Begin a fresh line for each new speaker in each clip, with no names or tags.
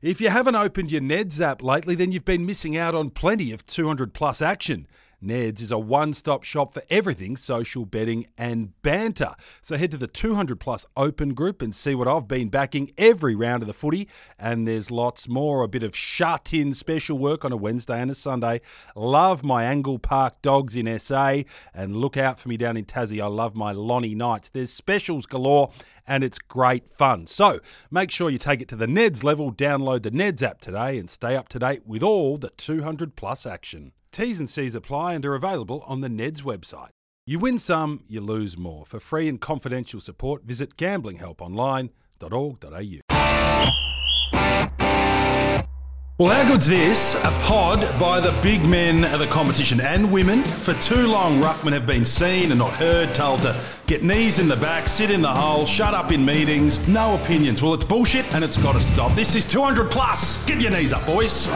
If you haven't opened your Neds app lately, then you've been missing out on plenty of 200 plus action. Neds is a one stop shop for everything social betting and banter. So head to the 200 plus open group and see what I've been backing every round of the footy. And there's lots more a bit of shut in special work on a Wednesday and a Sunday. Love my Angle Park dogs in SA and look out for me down in Tassie. I love my Lonnie Knights. There's specials galore and it's great fun. So make sure you take it to the Neds level. Download the Neds app today and stay up to date with all the 200 plus action. T's and C's apply and are available on the Neds website. You win some, you lose more. For free and confidential support, visit gamblinghelponline.org.au. Well, how good's this? A pod by the big men of the competition and women. For too long, ruckmen have been seen and not heard, told to get knees in the back, sit in the hole, shut up in meetings, no opinions. Well, it's bullshit and it's got to stop. This is 200 plus. Get your knees up, boys.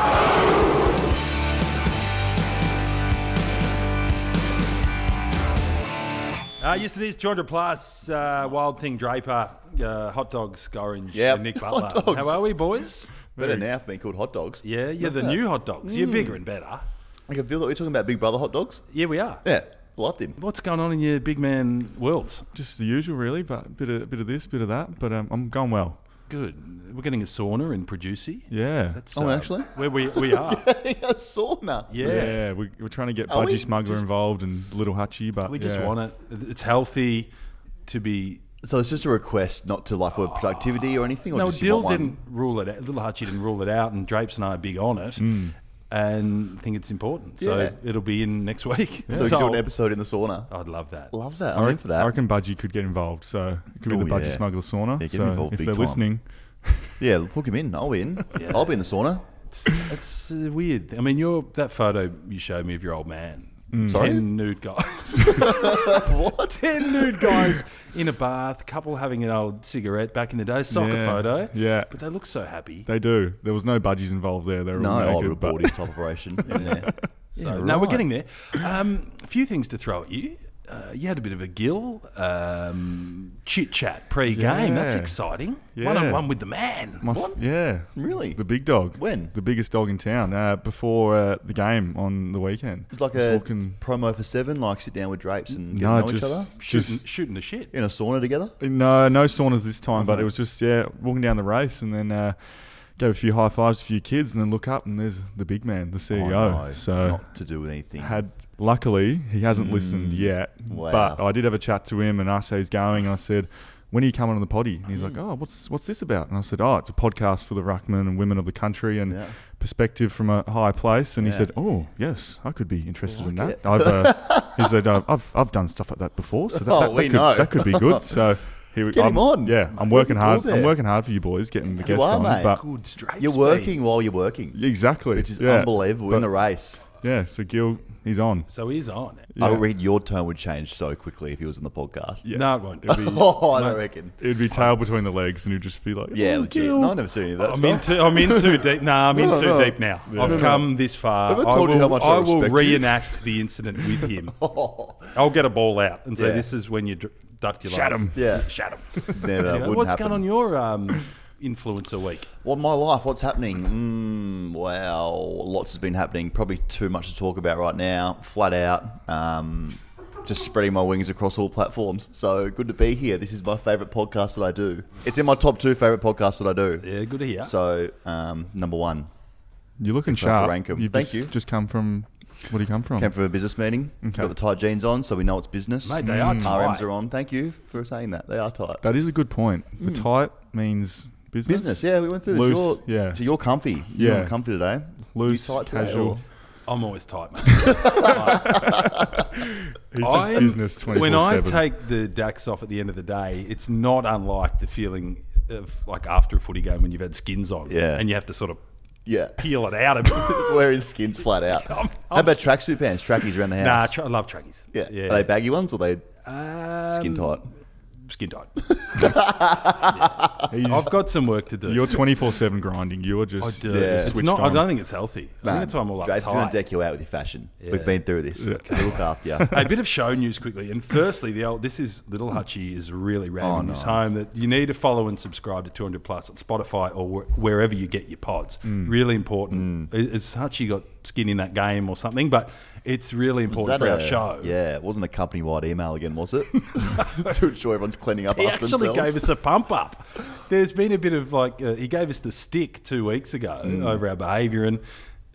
Uh, yes, it is 200 plus. Uh, Wild Thing Draper, uh, Hot Dogs, Orange,
Yep.
and Nick Butler.
Hot dogs.
How are we, boys?
Better now for being called hot dogs.
Yeah, you're the new hot dogs.
Mm.
You're bigger and better.
I can feel that we're talking about Big Brother hot dogs.
Yeah, we are.
Yeah, loved him.
What's going on in your big man worlds?
Just the usual, really, but bit of bit of this, bit of that. But um, I'm going well.
Good. We're getting a sauna in Producy.
Yeah,
That's, uh,
Oh, actually?
Where we, we are.
a sauna.
yeah.
yeah. we, we're trying to get
Are we
Budgie Smuggler
just-
involved and Little Hutchie, but
We just
yeah.
want it. It's healthy to be.
So it's just a request not to like for productivity or anything? Or
no,
just you
Dill
want one?
didn't rule it out. Little Hutchie didn't rule it out, and Drapes and I are big on it and think it's important. So
Mm. Yeah.
it'll be in next week.
So we can do an
I'll-
episode in the sauna.
I'd love that.
Love that. I'm in for
I
that.
reckon Budgie could get involved, so it could be
Oh,
the Budgie
yeah.
Smuggler sauna.
Yeah, get
so
involved
if
big
they're
time.
listening,
Yeah, hook him in. I'll be in.
Yeah.
I'll be in the sauna.
It's, it's uh, weird. I mean, your that photo you showed me of your old man.
Mm. Sorry?
Ten nude guys.
what?
Ten nude guys in a bath, couple having an old cigarette back in the day, soccer
Yeah,
photo.
yeah.
But they look so happy.
they do. There was no Budgies involved there. They were
No,
all
I'll
naked,
report
but-
his top operation. in there.
So,
Yeah,
No, we're
right.
getting there. Um, a few things to throw at you. Uh, you had a bit of a gill, um, chit chat pre game. That's
Yeah.
exciting.
Yeah.
One on one with the man.
My f- Yeah.
Really?
The big dog.
When?
The biggest dog in town. Uh, before uh, the game on the weekend.
It's like
Before
a
can-
promo for seven, like sit down with drapes and get
No,
to know
just-
each other
shooting,
just-
shooting the shit.
in a sauna together.
No, no saunas this time, but it was just, yeah, walking down the race and then uh, gave a few high fives to a few kids and then look up and there's the big man, the
I
CEO.
know,
so
Oh, not to do with anything.
had luckily he hasn't listened yet,
Hmm. Wow.
but I did have a chat to him and asked how he's going. And I said, "When are you coming on the potty?" And
Hmm.
he's like, "Oh, what's what's this about?" And I said, "Oh, it's a podcast for the ruckman and women of the country and
Yeah.
perspective from a high place." And
Yeah.
he said, "Oh, yes, I could be interested in
Like
that." I've, uh, he said, "I've I've- I've done stuff like that before, so that,
Oh,
that, that
we
could,
know.
that could be good." So. Here, we-
Get him
I'm-
on.
Yeah, I'm
What
working
are you
hard.
doing
I'm
there?
working hard for you boys, getting the
You
guests
are,
on.
mate.
But
Good straight.
You're working while you're working,
exactly,
which is
yeah.
unbelievable in
But-
the race.
Yeah, so Gil, he's on.
So he's on.
I
Yeah.
read your tone would change so quickly if he was on the podcast.
Yeah.
No, it won't. It'll be-
Oh, I don't reckon.
It'd be tail between the legs, and you'd just be like,
Yeah,
"Oh,
legit.
Gil."
No, I've never seen any of that
I'm in,
stuff.
too, I'm in too deep. Nah, I'm in too
Oh, no.
deep now. I've come this far.
Have I told
will,
you how much I
will
respect you?
reenact the incident with him. I'll get a ball out and say,
Yeah.
"This is when you dr- ducked your
Shat
laugh."
'em.
Yeah.
shat him."
Never. wouldn't
What's
happen.
going on your um, influencer week?
Well, my life, what's happening? Mm, wow, lots has been happening. Probably too much to talk about right now, flat out. Um, just spreading my wings across all platforms. So good to be here. This is my favourite podcast that I do. It's in my top two favourite podcasts that I do.
Yeah, good to hear.
So um, number one,
You're looking
I have to
sharp.
rank 'em.
You've
Thank
just,
you.
Just come from. What do you come from?
came from a business meeting. Got the tight jeans on, so we know it's business.
Mate, they are tight.
RMs Mm, are on. Thank you for saying that. They are tight.
that is a good point. The tight means business.
Hmm. Business, yeah, we went through this.
Loose,
You're,
yeah.
So you're comfy. You're
Yeah.
not comfy today.
Loose,
you tight today,
casual.
or-
I'm always tight, mate.
He's just
I'm-
business 24
When I take the DAX off at the end of the day, it's not unlike the feeling of like after a footy game when you've had skins on,
Yeah.
and you have to sort of
Yeah.
peel it out. A
Where his skin's flat out.
I'm-
How about tracksuit pants? Trackies around the
Nah,
house.
tra- I love trackies.
yeah. Are they baggy ones or are they
Um,
skin tight?
skin tight.
He's,
I've got some work to do.
you're 24 7 grinding. You're
I
just.
do.
Yeah.
It's
Switched
not. I
on.
don't think it's healthy. I think
Man,
it's why I'm all
Drapes gonna
uptight.
deck you out with your fashion.
Yeah.
We've been through this. They look after you.
Hey, a bit of show news quickly. And firstly, the old this is little Hutchie is really
Oh,
rounding
no.
his home that you need to follow and subscribe to 200 plus on Spotify or wh- wherever you get your pods.
Mm.
Really important. Is Has Hutchie got skin in that game or something? But it's really important for
a
our show.
Yeah, it wasn't a company wide email again, was it? to ensure everyone's cleaning up
He
after
actually
themselves.
gave us a pump up. There's been a bit of like uh, he gave us the stick two weeks ago
Mm.
over our behaviour, and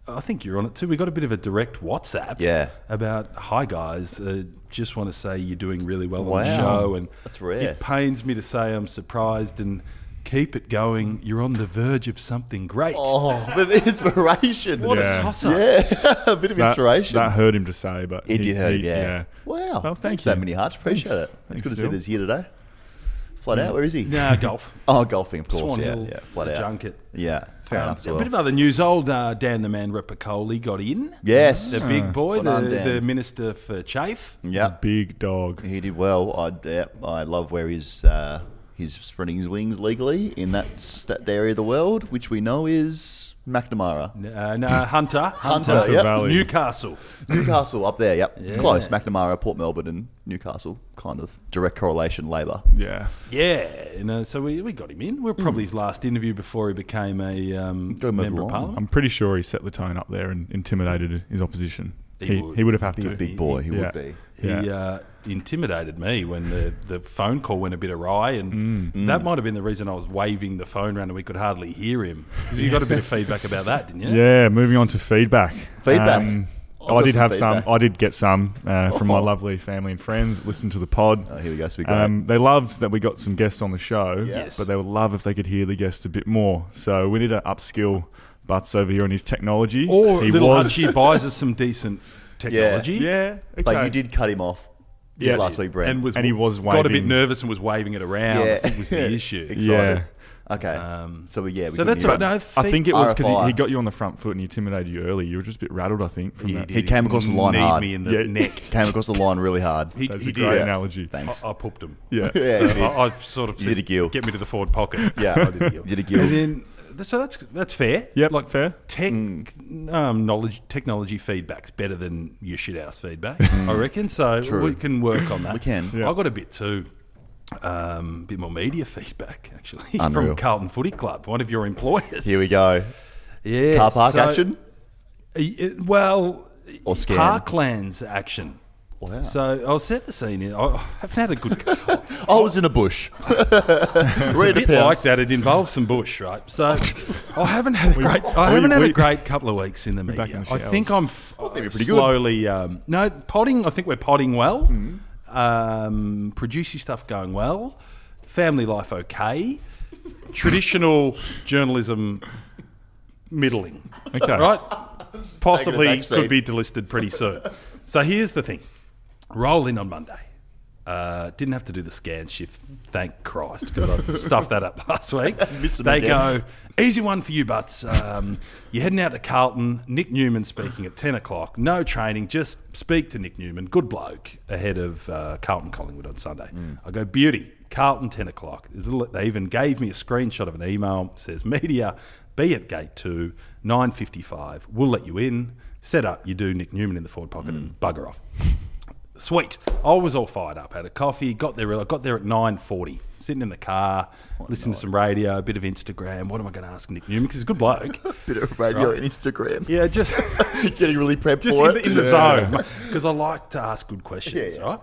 I think you're on it too. We got a bit of a direct WhatsApp,
Yeah.
about hi guys, uh, just want to say you're doing really well on the
Wow.
show, and
That's rare.
It pains me to say I'm surprised and. Keep it going. You're on the verge of something great.
Oh, but inspiration.
what
Yeah.
a toss up.
Yeah, a bit of
That,
inspiration.
that hurt him to say, but.
it did hurt him,
he-
yeah. Wow.
Well, thank
thanks
you.
that many hearts. Appreciate
Thanks.
it.
Thanks,
it's good to
Bill.
see this here today. Flat out, where is he?
Nah, golf.
Oh, golfing, of course.
Swan
yeah,
Hill,
yeah, flat
the
out.
junket.
Yeah, fair
Um,
enough. As
A
well.
bit of other news. Old uh, Dan the Man Repicoli got in.
Yes.
The
Ah,
big boy,
Well done,
the,
Dan.
the Minister for Chafe.
yeah,
Big dog.
he did well. I, yeah, I love where he's uh, he's spreading his wings legally in that s- that area of the world, which we know is McNamara.
Uh, no, Hunter.
Hunter,
Hunter.
yep.
Valley.
Newcastle.
Newcastle up there, yep.
Yeah.
Close. McNamara, Port Melbourne, and Newcastle. Kind of direct correlation, Labour.
Yeah.
Yeah. You know, so we, we got him in. We are probably his last interview before he became a um,
Hmm. Got him
member of
along.
parliament.
I'm pretty sure he set the tone up there and intimidated his opposition.
He
He, he,
would.
would. have had
Be
to.
a big boy, he
Yeah.
would be.
Yeah.
He uh, intimidated me when the, the phone call went a bit awry,
Hmm.
and
Hmm.
that might have been the reason I was waving the phone around and we could hardly hear him. 'Cause You got a bit of feedback about that, didn't you?
Yeah, moving on to feedback. Um,
Feedback. I've
I
got
did
some
have
feedback.
some. I did get some uh, from my
Oh.
lovely family and friends. that Listen to the pod.
Oh, here we go. So we got
Um, they loved that we got some guests on the show,
Yes.
but they would love if they could hear the guests a bit more. So we need to upskill Butts over here on his technology.
Or
he
little
was,
Hutchie buys us some decent technology.
yeah, okay.
But you did cut him off
Yeah.
last week, Brent.
And was
And he was
got a bit
waving.
nervous and was waving it around. I think was the issue.
Excited.
Yeah.
Okay.
Um,
so, we- yeah. We
so
can
that's
hear
all right.
him.
No,
I think it was because he,
RFI.
he got you on the front foot and he intimidated you early. You were just a bit rattled, I think. From
he,
that.
did
He came across the line
need
hard.
me in the
Yeah.
neck.
Came across the line really hard.
He, Oh,
That's
he
a
did.
great
Yeah.
analogy.
Thanks.
I, I popped him.
Yeah.
Yeah, he did.
I, I sort of
You
said,
did a gill.
Get me to the forward pocket.
Yeah.
I did a gill.
You did a gill.
And then, th- so that's that's fair.
Yep, fair.
Tech
Hmm.
um, knowledge, technology feedback's better than your shit house feedback, I reckon. So
Hmm. True.
we can work on that.
We can.
Yeah.
I got a bit too. Um, bit more media feedback actually
Unreal.
from Carlton Footy Club, one of your employers.
Here we go.
yeah,
Car park
so-
action?
Y- it- Well,
Or scan.
parklands action.
Wow.
So I'll set the scene. here. I I haven't had a good. it's
I Oh, was in a bush.
a bit
Ready to
like
pounce.
that. It involves some bush, right? So I haven't had a great. I
we-
haven't had a
we-
great couple of weeks in the media.
back in the
I think
showers.
I'm. f-
think you're pretty good.
slowly. Um, no potting. I think we're potting well. Um, producing stuff going well. Family life okay. Traditional journalism middling.
Okay.
Right? Possibly
back seat.
could be delisted pretty soon. So here's the thing roll in on Monday. Uh, didn't have to do the scan shift, thank Christ, because I stuffed that up last week.
Miss 'em
they
again.
go, easy one for you, butts. Um, you're heading out to Carlton. Nick Newman speaking at 10 o'clock. No training, just speak to Nick Newman. Good bloke ahead of uh, Carlton Collingwood on Sunday.
Mm.
I go, beauty, Carlton 10 o'clock. There's a little- They even gave me a screenshot of an email. It says, media, be at gate two, 9.55. We'll let you in. Set up, you do Nick Newman in the forward
Mm.
pocket and bugger off. Sweet. I was all fired up. Had a coffee. Got there. early. I got there at nine forty. Sitting in the car, listening to some radio, a bit of Instagram. What am I going to ask Nick Newman? Because he's a good bloke.
Bit of radio and Instagram.
yeah, just
Getting really prepped
just
for
in
it.
the, in the
Yeah.
zone because I like to ask good questions,
Yeah, yeah.
right?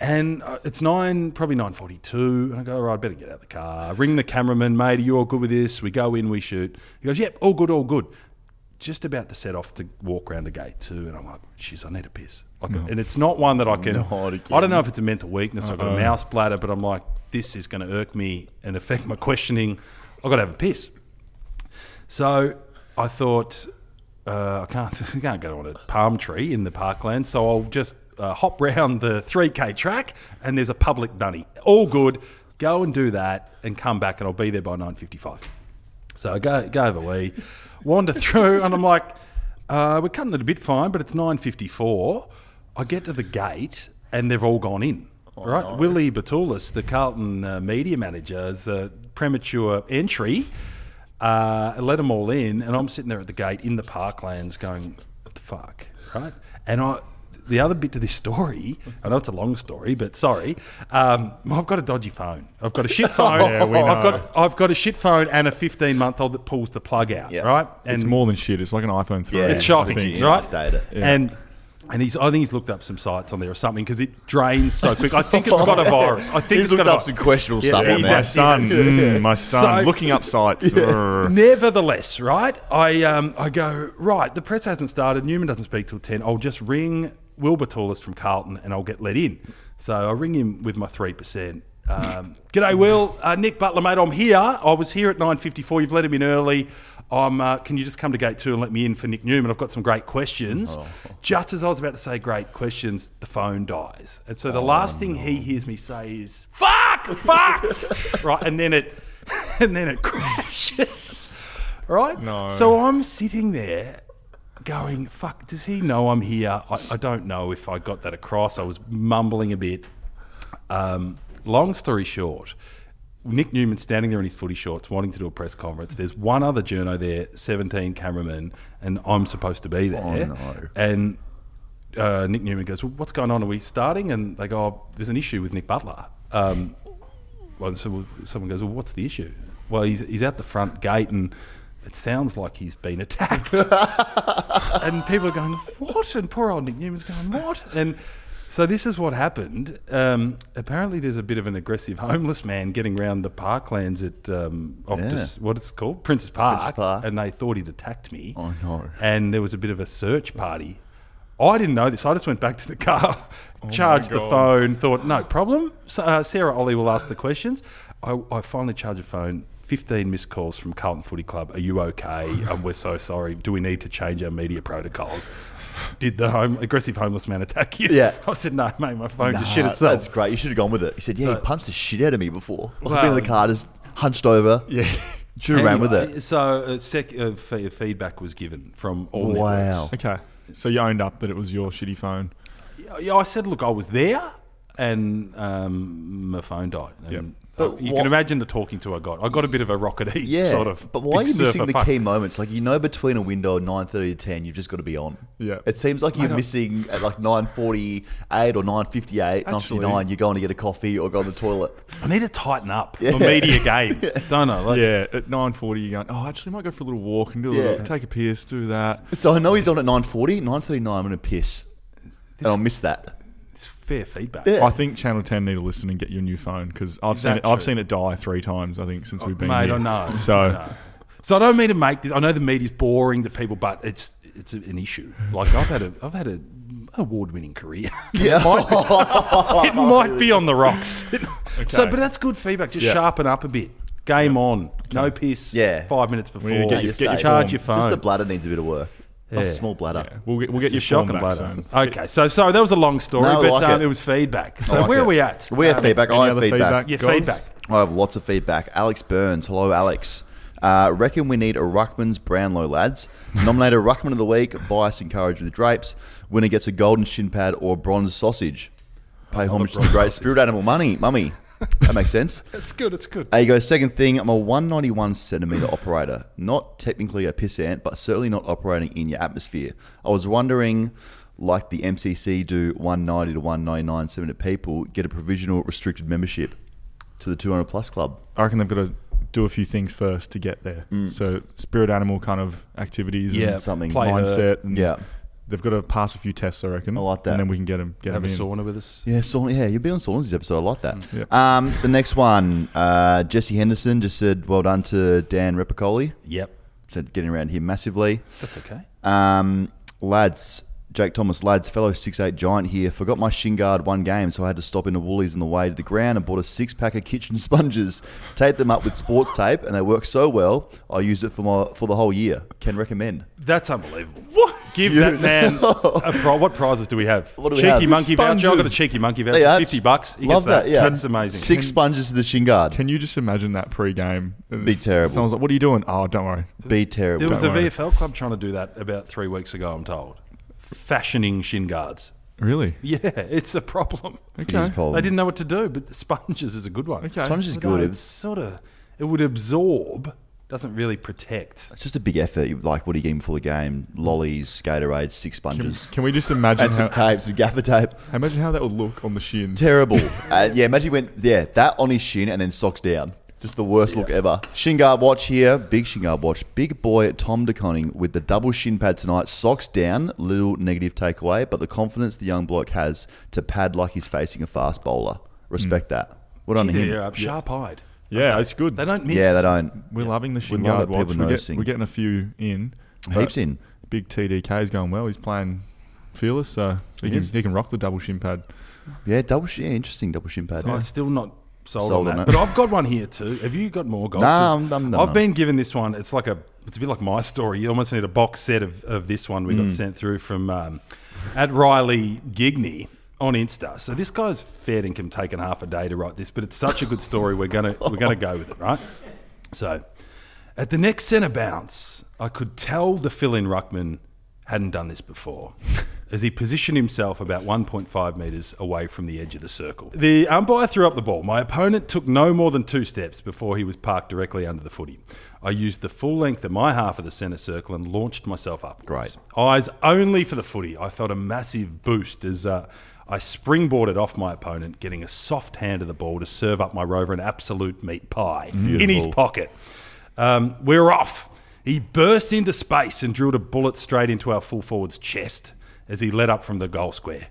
And uh, it's nine, probably nine forty-two, and I go, all right, I better get out of the car. Ring the cameraman, mate. Are you all good with this? We go in, we shoot. He goes, yep, all good, all good. Just about to set off to walk around the gate too, and I'm like, jeez, I need a piss. Like,
Mm-hmm.
And it's not one that I can.
Not again. Uh-huh.
I don't know if it's a mental weakness. I've got a mouse bladder, but I'm like, this is going to irk me and affect my questioning. I've got to have a piss. So I thought uh, I can't I can't go on a palm tree in the parkland, so I'll just uh, hop round the three k track, and there's a public dunny. All good. Go and do that, and come back, and I'll be there by nine fifty five. So I go go over wee, wander through, and I'm like, uh, we're cutting it a bit fine, but it's nine fifty four. I get to the gate, and they've all gone in. All right, Willie Batulis, the Carlton uh, media manager, is a premature entry. Uh, let them all in, and I'm sitting there at the gate in the parklands, going, "What the fuck?" Right? And I, the other bit to this story, I know it's a long story, but sorry, um, I've got a dodgy phone. I've got a shit phone.
Yeah, we
I've
know.
got I've got a shit phone and a 15 month old that pulls the plug out.
Yeah.
Right? And
it's more than shit. It's like an iPhone 3.
Yeah.
it's
I
shocking,
think you
right?
update it.
Yeah.
And and he's I think he's looked up some sites on there or something because it drains so quick. I think it's got a virus. I think
He's
it's got
looked
a
up
vi-
some questionable
Yeah,
stuff
yeah,
on
yeah.
My
there.
son, mm, my son,
So-
looking up sites. Brr.
Nevertheless, right? I um, I go right. The press hasn't started. Newman doesn't speak till ten. I'll just ring Wilbur Tallis from Carlton, and I'll get let in. So I ring him with my three percent. Um, G'day, Will. Uh, Nick Butler, mate. I'm here. I was here at nine fifty-four. You've let him in early. Um, uh, can you just come to gate two and let me in for Nick Newman? I've got some great questions. Just as I was about to say great questions, the phone dies, and so the last thing he hears me say is "fuck, fuck," right, and then it and then it crashes. Right?
No.
So I'm sitting there going, fuck, does he know I'm here? I, I don't know if I got that across. I was mumbling a bit. Um, long story short, Nick Newman standing there in his footy shorts, wanting to do a press conference. There's one other journo there, 17 cameramen, and I'm supposed to be there.
no.
And uh, Nick Newman goes, well, what's going on? Are we starting? And they go, oh, there's an issue with Nick Butler. Um, well, so someone goes, "Well, what's the issue?" Well, he's he's out the front gate, and it sounds like he's been attacked. and people are going, "What?" And poor old Nick Newman's going, "What?" And so this is what happened. Um, apparently, there's a bit of an aggressive homeless man getting around the parklands at um, Optus, what it's called, Princess Park,
Park.
and they thought he'd attacked me.
Oh, no.
And there was a bit of a search party. I didn't know this. I just went back to the car,
Oh
charged the
God.
phone phone, thought, no problem. So, uh, Sarah Ollie will ask the questions. I, I finally charge a phone, 15 missed calls from Carlton Footy Club. Are you okay? Um, we're so sorry. Do we need to change our media protocols? Did the home, aggressive homeless man attack you?
Yeah.
I said, no, mate, my phone just shit
Nah,
itself.
That's great. You should have gone with it. He said, "Yeah, he punched the shit out of me before. I've
Well-
been in the car, just hunched over.
Yeah.
should have ran with
Anyway,
it.
So uh, sec- uh, f- feedback was given from all
Wow.
Okay. So you owned up that it was your shitty phone.
networks. Yeah, I said, look, I was there. And um, my phone died. And
Yep.
uh,
But
you
what-
can imagine the talking to I got. I got a bit of a rockety
Yeah,
sort of.
but why are
big
you missing
surfer
the
phone.
key moments? Like you know, between a window of nine thirty to ten, you've just got to be on.
Yeah.
it seems like you're missing at like nine forty eight or nine fifty eight, nine fifty nine. You're going to get a coffee or go to the toilet.
I need to tighten up the media game, don't I? Like,
Yeah, at nine forty, you're going. Oh, actually, I might go for a little walk and do a
Yeah.
little, take a piss, do that.
So I know he's on at nine forty, nine thirty nine. I'm gonna piss, and I'll miss that.
It's fair feedback.
Yeah.
I think Channel Ten need to listen and get you a new phone because I've
Is
seen
that
it, I've
true?
seen it die three times. I think since we've been
Mate,
here.
I know.
So
I know. so I don't mean to make this. I know the media's boring to people, but it's it's an issue. Like I've had a I've had a award winning career.
Yeah, Oh,
it might be on the rocks. So, but that's good feedback. Just
Yeah.
sharpen up a bit. Game on. No piss.
Yeah.
Five minutes before.
need to
You're
your- get your
safe.
charge your phone.
Just the bladder needs a bit of work.
Yeah.
A small bladder.
yeah, we'll get we'll get
It's a
your
shock
shotgun
and
back
butter.
soon.
Okay, so sorry that was a long story,
No, I
but
like
um,
it.
it. was feedback.
I
So
like
where
it.
are we at? Um,
We have feedback.
Any
I have
other
feedback.
feedback?
Your
guys?
feedback.
I have lots of feedback. Alex Burns. Hello, Alex. Uh, reckon we need a Ruckman's Brownlow, lads. Nominate a Ruckman of the Week. Bias encouraged with drapes. Winner gets a golden shin pad or bronze sausage. Pay homage to the great spirit animal money, mummy. That makes sense.
It's good. It's good.
There you go. Second thing, I'm a 191 centimeter operator. Not technically a pissant, but certainly not operating in your atmosphere. I was wondering, like the MCC do 190 to 199 centimeter people, get a provisional restricted membership to the 200 plus club.
I reckon they've got to do a few things first to get there. So spirit animal kind of activities. and
Yeah,
Mm. something.
play her,
mindset. And
Yeah.
They've got to pass a few tests, I reckon.
I like that.
And then we can get them, get
have
them
a
in.
sauna with us.
Yeah, Saul, yeah, you'll be on Saul's episode. I like that.
Yep.
Um, the next one, uh, Jesse Henderson just said, well done to Dan Repicoli.
Yep,
Said getting around here massively.
that's okay.
Um, lads, Jake Thomas, lads, fellow six eight giant here. Forgot my shin guard one game, so I had to stop in a Woolies on the way to the ground and bought a six pack of kitchen sponges. Taped them up with sports tape, and they work so well. I used it for my for the whole year. Can recommend.
That's unbelievable. What? Give that man a pri- what prizes do we have?
What do we
cheeky
have?
monkey voucher. I got a
Sponges.
cheeky monkey voucher.
There you are.
Fifty bucks. He gets
Love
that.
that. Yeah,
that's amazing.
Six sponges to the shin guard.
Can you just imagine that pre-game?
Be terrible.
Someone's like, "What are you doing?" Oh, don't worry.
there
Be terrible.
was a
worry.
VFL club trying to do that about three weeks ago. I'm told, fashioning shin guards.
Really?
Yeah, it's a problem.
Okay.
Oh.
They didn't know what to do, but the sponges is a good one.
Okay.
Sponge is
Although
good.
It's
It's
sort of it would absorb, doesn't really protect.
it's just a big effort. You- Like, what are you getting before the game? Lollies, Gatorade, six
Can,
sponges,
can we just imagine
and some
how,
tape, some gaffer tape.
imagine how that would look on the shin?
Terrible. uh, yeah, imagine he went, yeah, that on his shin and then socks down. Just the worst look ever. Shin guard watch here. Big shin guard watch. Big boy Tom DeConning with the double shin pad tonight. Socks down. Little negative takeaway, but the confidence the young bloke has to pad like he's facing a fast bowler. Respect
Hmm.
that. What on him?
They're sharp eyed.
Yeah, it's good.
They don't miss.
Yeah, they don't.
We're loving the shin
love
guard
that
watch.
people
We're, get,
noticing.
we're getting a few in. but
Heaps in.
Big TDK's going well. He's playing fearless, so he, can,
is.
he can rock the double shin pad.
Yeah, double shin. Yeah, interesting double shin pad.
I'm still not sold,
Sold
on
on
that.
it.
But I've got one here too. Have you got more goals?
Nah,
'Cause
I'm- I'm done.
I've been given this one. It's like a. It's a bit like my story. You almost need a box set of, of this one we
Mm.
got sent through from um, at Riley Gigney on Insta. So this guy's fair income taken half a day to write this, but it's such a good story. We're gonna we're gonna go with it, right? So at the next centre bounce, I could tell the fill in ruckman hadn't done this before as he positioned himself about 1.5 metres away from the edge of the circle. The umpire threw up the ball. My opponent took no more than two steps before he was parked directly under the footy. I used the full length of my half of the centre circle and launched myself upwards. Eyes only for the footy. I felt a massive boost as uh, I springboarded off my opponent, getting a soft hand of the ball to serve up my rover an absolute meat pie in his
Beautiful.
pocket. Um, we're off. He burst into space and drilled a bullet straight into our full forward's chest as he led up from the goal square.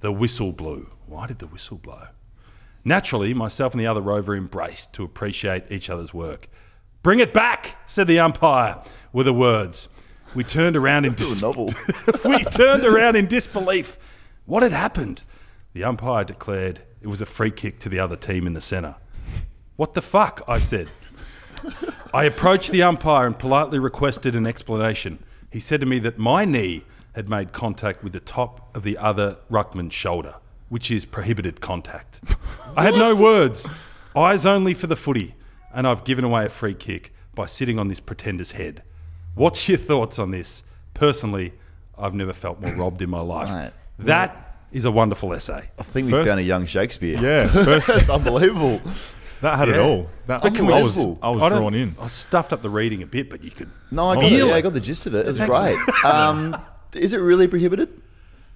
The whistle blew. Why did the whistle blow? Naturally, myself and the other rover embraced to appreciate each other's work. Bring it back, said the umpire, were the words. We turned around in dis-
novel.
we turned around in disbelief. What had happened? The umpire declared it was a free kick to the other team in the centre. What the fuck? I said. I approached the umpire and politely requested an explanation. He said to me that my knee had made contact with the top of the other ruckman's shoulder, which is prohibited contact. I had no words, eyes only for the footy, and I've given away a free kick by sitting on this pretender's head. What's your thoughts on this? Personally, I've never felt more robbed in my life.
Right.
That is a wonderful essay.
I think we
First-
found a young Shakespeare.
Yeah, first,
That's unbelievable.
that had it
Yeah.
all. That, I
can we
was,
whistle?
I was
don't-
drawn in.
I stuffed up the reading a bit, but you could.
No, I got, it.
Really?
Yeah, I got the gist of it. It was great. Um, is it really prohibited?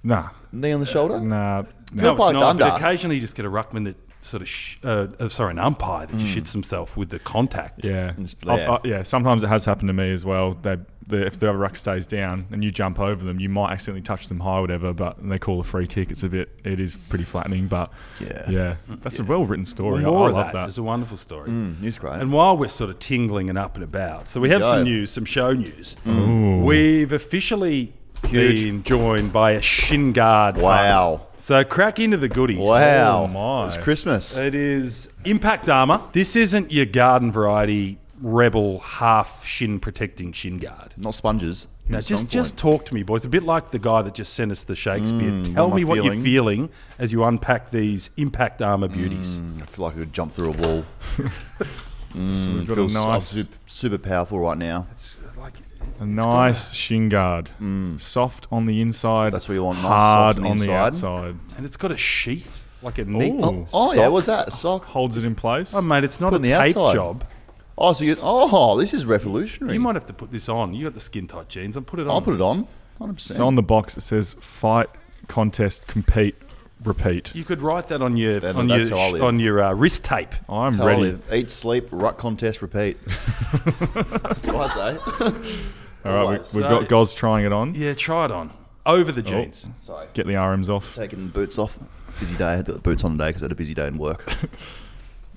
Nah,
Knee on the shoulder?
nah. nah.
Feel
No, it's
like
not. But
Dunder.
occasionally, you just get a ruckman that sort of, sh- uh, uh, sorry, an umpire that
Mm.
just shits himself with the contact.
Yeah,
It's-
I've-
yeah.
I- yeah. Sometimes it has happened to me as well. They, the, if the other ruck stays down and you jump over them, you might accidentally touch them high, or whatever. But they call a free kick. It's a bit. It is pretty flattening, but
Yeah.
yeah. That's a well written story. I-
More
I,
of
love
that
that.
is a wonderful story.
News great.
And while we're sort of tingling and up and about, so we have some
Go.
news, some show news.
Mm.
We've officially
Huge.
been joined by a shin guard.
Wow.
partner. So crack into the goodies.
Wow.
Oh, my.
It's Christmas.
It is impact armor. This isn't your garden variety rebel half shin protecting shin guard.
Not sponges.
Now,
Here's
just
Strong
just
Point.
talk to me, boys. A bit like the guy that just sent us the Shakespeare. Tell
what am I
me what you're
feeling?
feeling as you unpack these impact armor beauties.
I feel like I could jump through a wall.
Mm.
We've got a
Feels
nice,
super, super powerful right now.
It's like
a nice shin guard. Soft on the inside.
Mm. That's what you want, nice,
Hard
soft on the
on the
inside.
outside.
and it's got a sheath, like a neat.
Ooh.
Oh,
Oh, yeah,
sock.
what's that? A sock.
Holds it in place.
oh, mate, it's not
Put
a
on the
tape
outside.
job.
Oh, so you oh, this is revolutionary.
You might have to put this on. You got the skin tight jeans. I'll put it on.
I'll put it on. 100%.
so on the box it says fight, contest, compete, repeat.
You could write that on your
Then
on your
that's how I
sh-
live.
on your uh, wrist tape.
I'm
That's how I
ready.
live. Eat, sleep, ruck contest, repeat. That's what I say.
All right, we,
Alright,
we've
so-
got Goz trying it on.
Yeah, try it on over
Oh.
the jeans.
Sorry.
Get the RMs off.
Taking the boots off. Busy day. I had the boots on today because I had a busy day in work.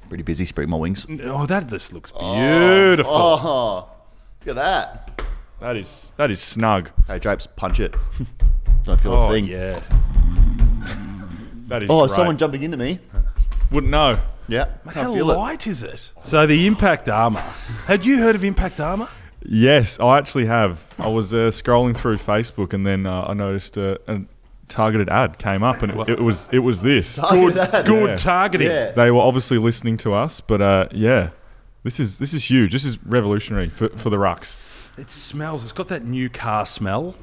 Pretty busy spreading my wings.
Oh, that just looks beautiful.
Oh, look at that.
That is that is snug.
Hey, Drapes, punch it. Don't feel
Oh,
a thing.
yeah.
That is.
Oh,
great.
someone jumping into me.
wouldn't know.
Yeah, can't
How
feel it.
light is it? So the impact armor. Had you heard of impact armor?
Yes, I actually have. I was uh, scrolling through Facebook and then uh, I noticed a, a targeted ad came up and it, it was it was this.
Targeted ad.
Good
Yeah.
targeting.
Yeah.
They were obviously listening to us, but uh, yeah, this is this is huge. This is revolutionary for, for the rucks.
It smells. It's got that new car smell.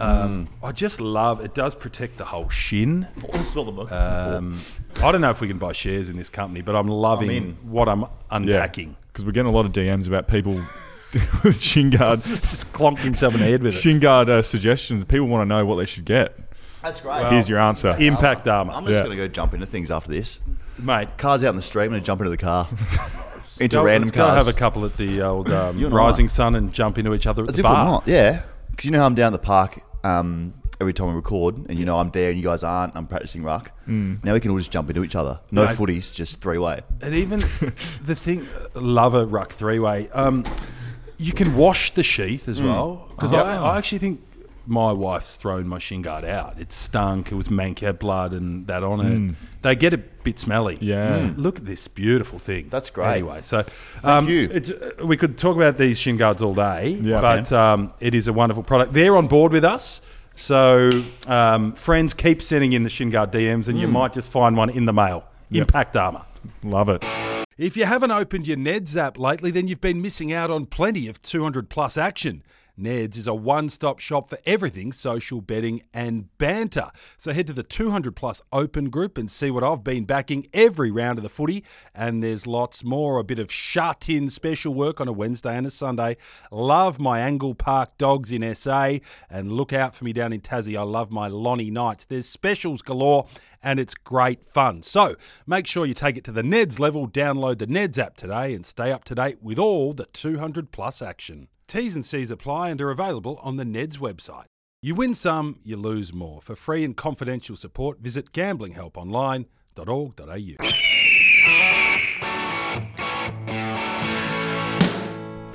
Um, I just love it. Does protect the whole shin.
I smell the milk.
Um, I don't know if we can buy shares in this company, but I'm loving
in.
what I'm unpacking.
Because we're getting a lot of DMs about people with shin guards,
Just clonked himself in the head with it.
shin guard uh, suggestions. People want to know what they should get.
That's great.
Here's your answer.
Impact armor,
I'm just
Yeah.
going to go jump into things after this.
mate.
Car's out in the street. I'm going to jump into the car. into
go-
random
let's go
cars.
have a couple at the old um,
You and I.
Rising Sun and jump into each other at
As
the
if we're
bar.
not, yeah. Because you know how I'm down the park um, every time we record, and you know I'm there and you guys aren't. I'm practicing ruck.
Mm.
Now we can all just jump into each other. No
Mate.
footies, just three way.
And even the thing, love a ruck three way. Um, you can wash the sheath
Mm.
as well. 'Cause well. Because I, I actually think my wife's thrown my shin guard out. It stunk. It was mank, had blood and that on it. They get a bit smelly.
Mm. Yeah. Mm.
Look at this beautiful thing.
That's great.
Anyway, so um,
you.
it's- uh, we could talk about these shin guards all day,
Yeah.
but um, it is a wonderful product. They're on board with us. So, um, friends, keep sending in the shin guard DMs, and you
Mm.
might just find one in the mail. Impact Armor.
Love it.
If you haven't opened your Neds app lately, then you've been missing out on plenty of 200 plus action. Neds is a one stop shop for everything social betting and banter. So head to the 200 plus open group and see what I've been backing every round of the footy. And there's lots more a bit of shut in special work on a Wednesday and a Sunday. Love my Angle Park dogs in SA and look out for me down in Tassie. I love my Lonnie Knights. There's specials galore and it's great fun. So make sure you take it to the Neds level, download the Neds app today, and stay up to date with all the 200 plus action. T's and C's apply and are available on the Neds website. You win some, you lose more. For free and confidential support, visit gamblinghelponline.org.au.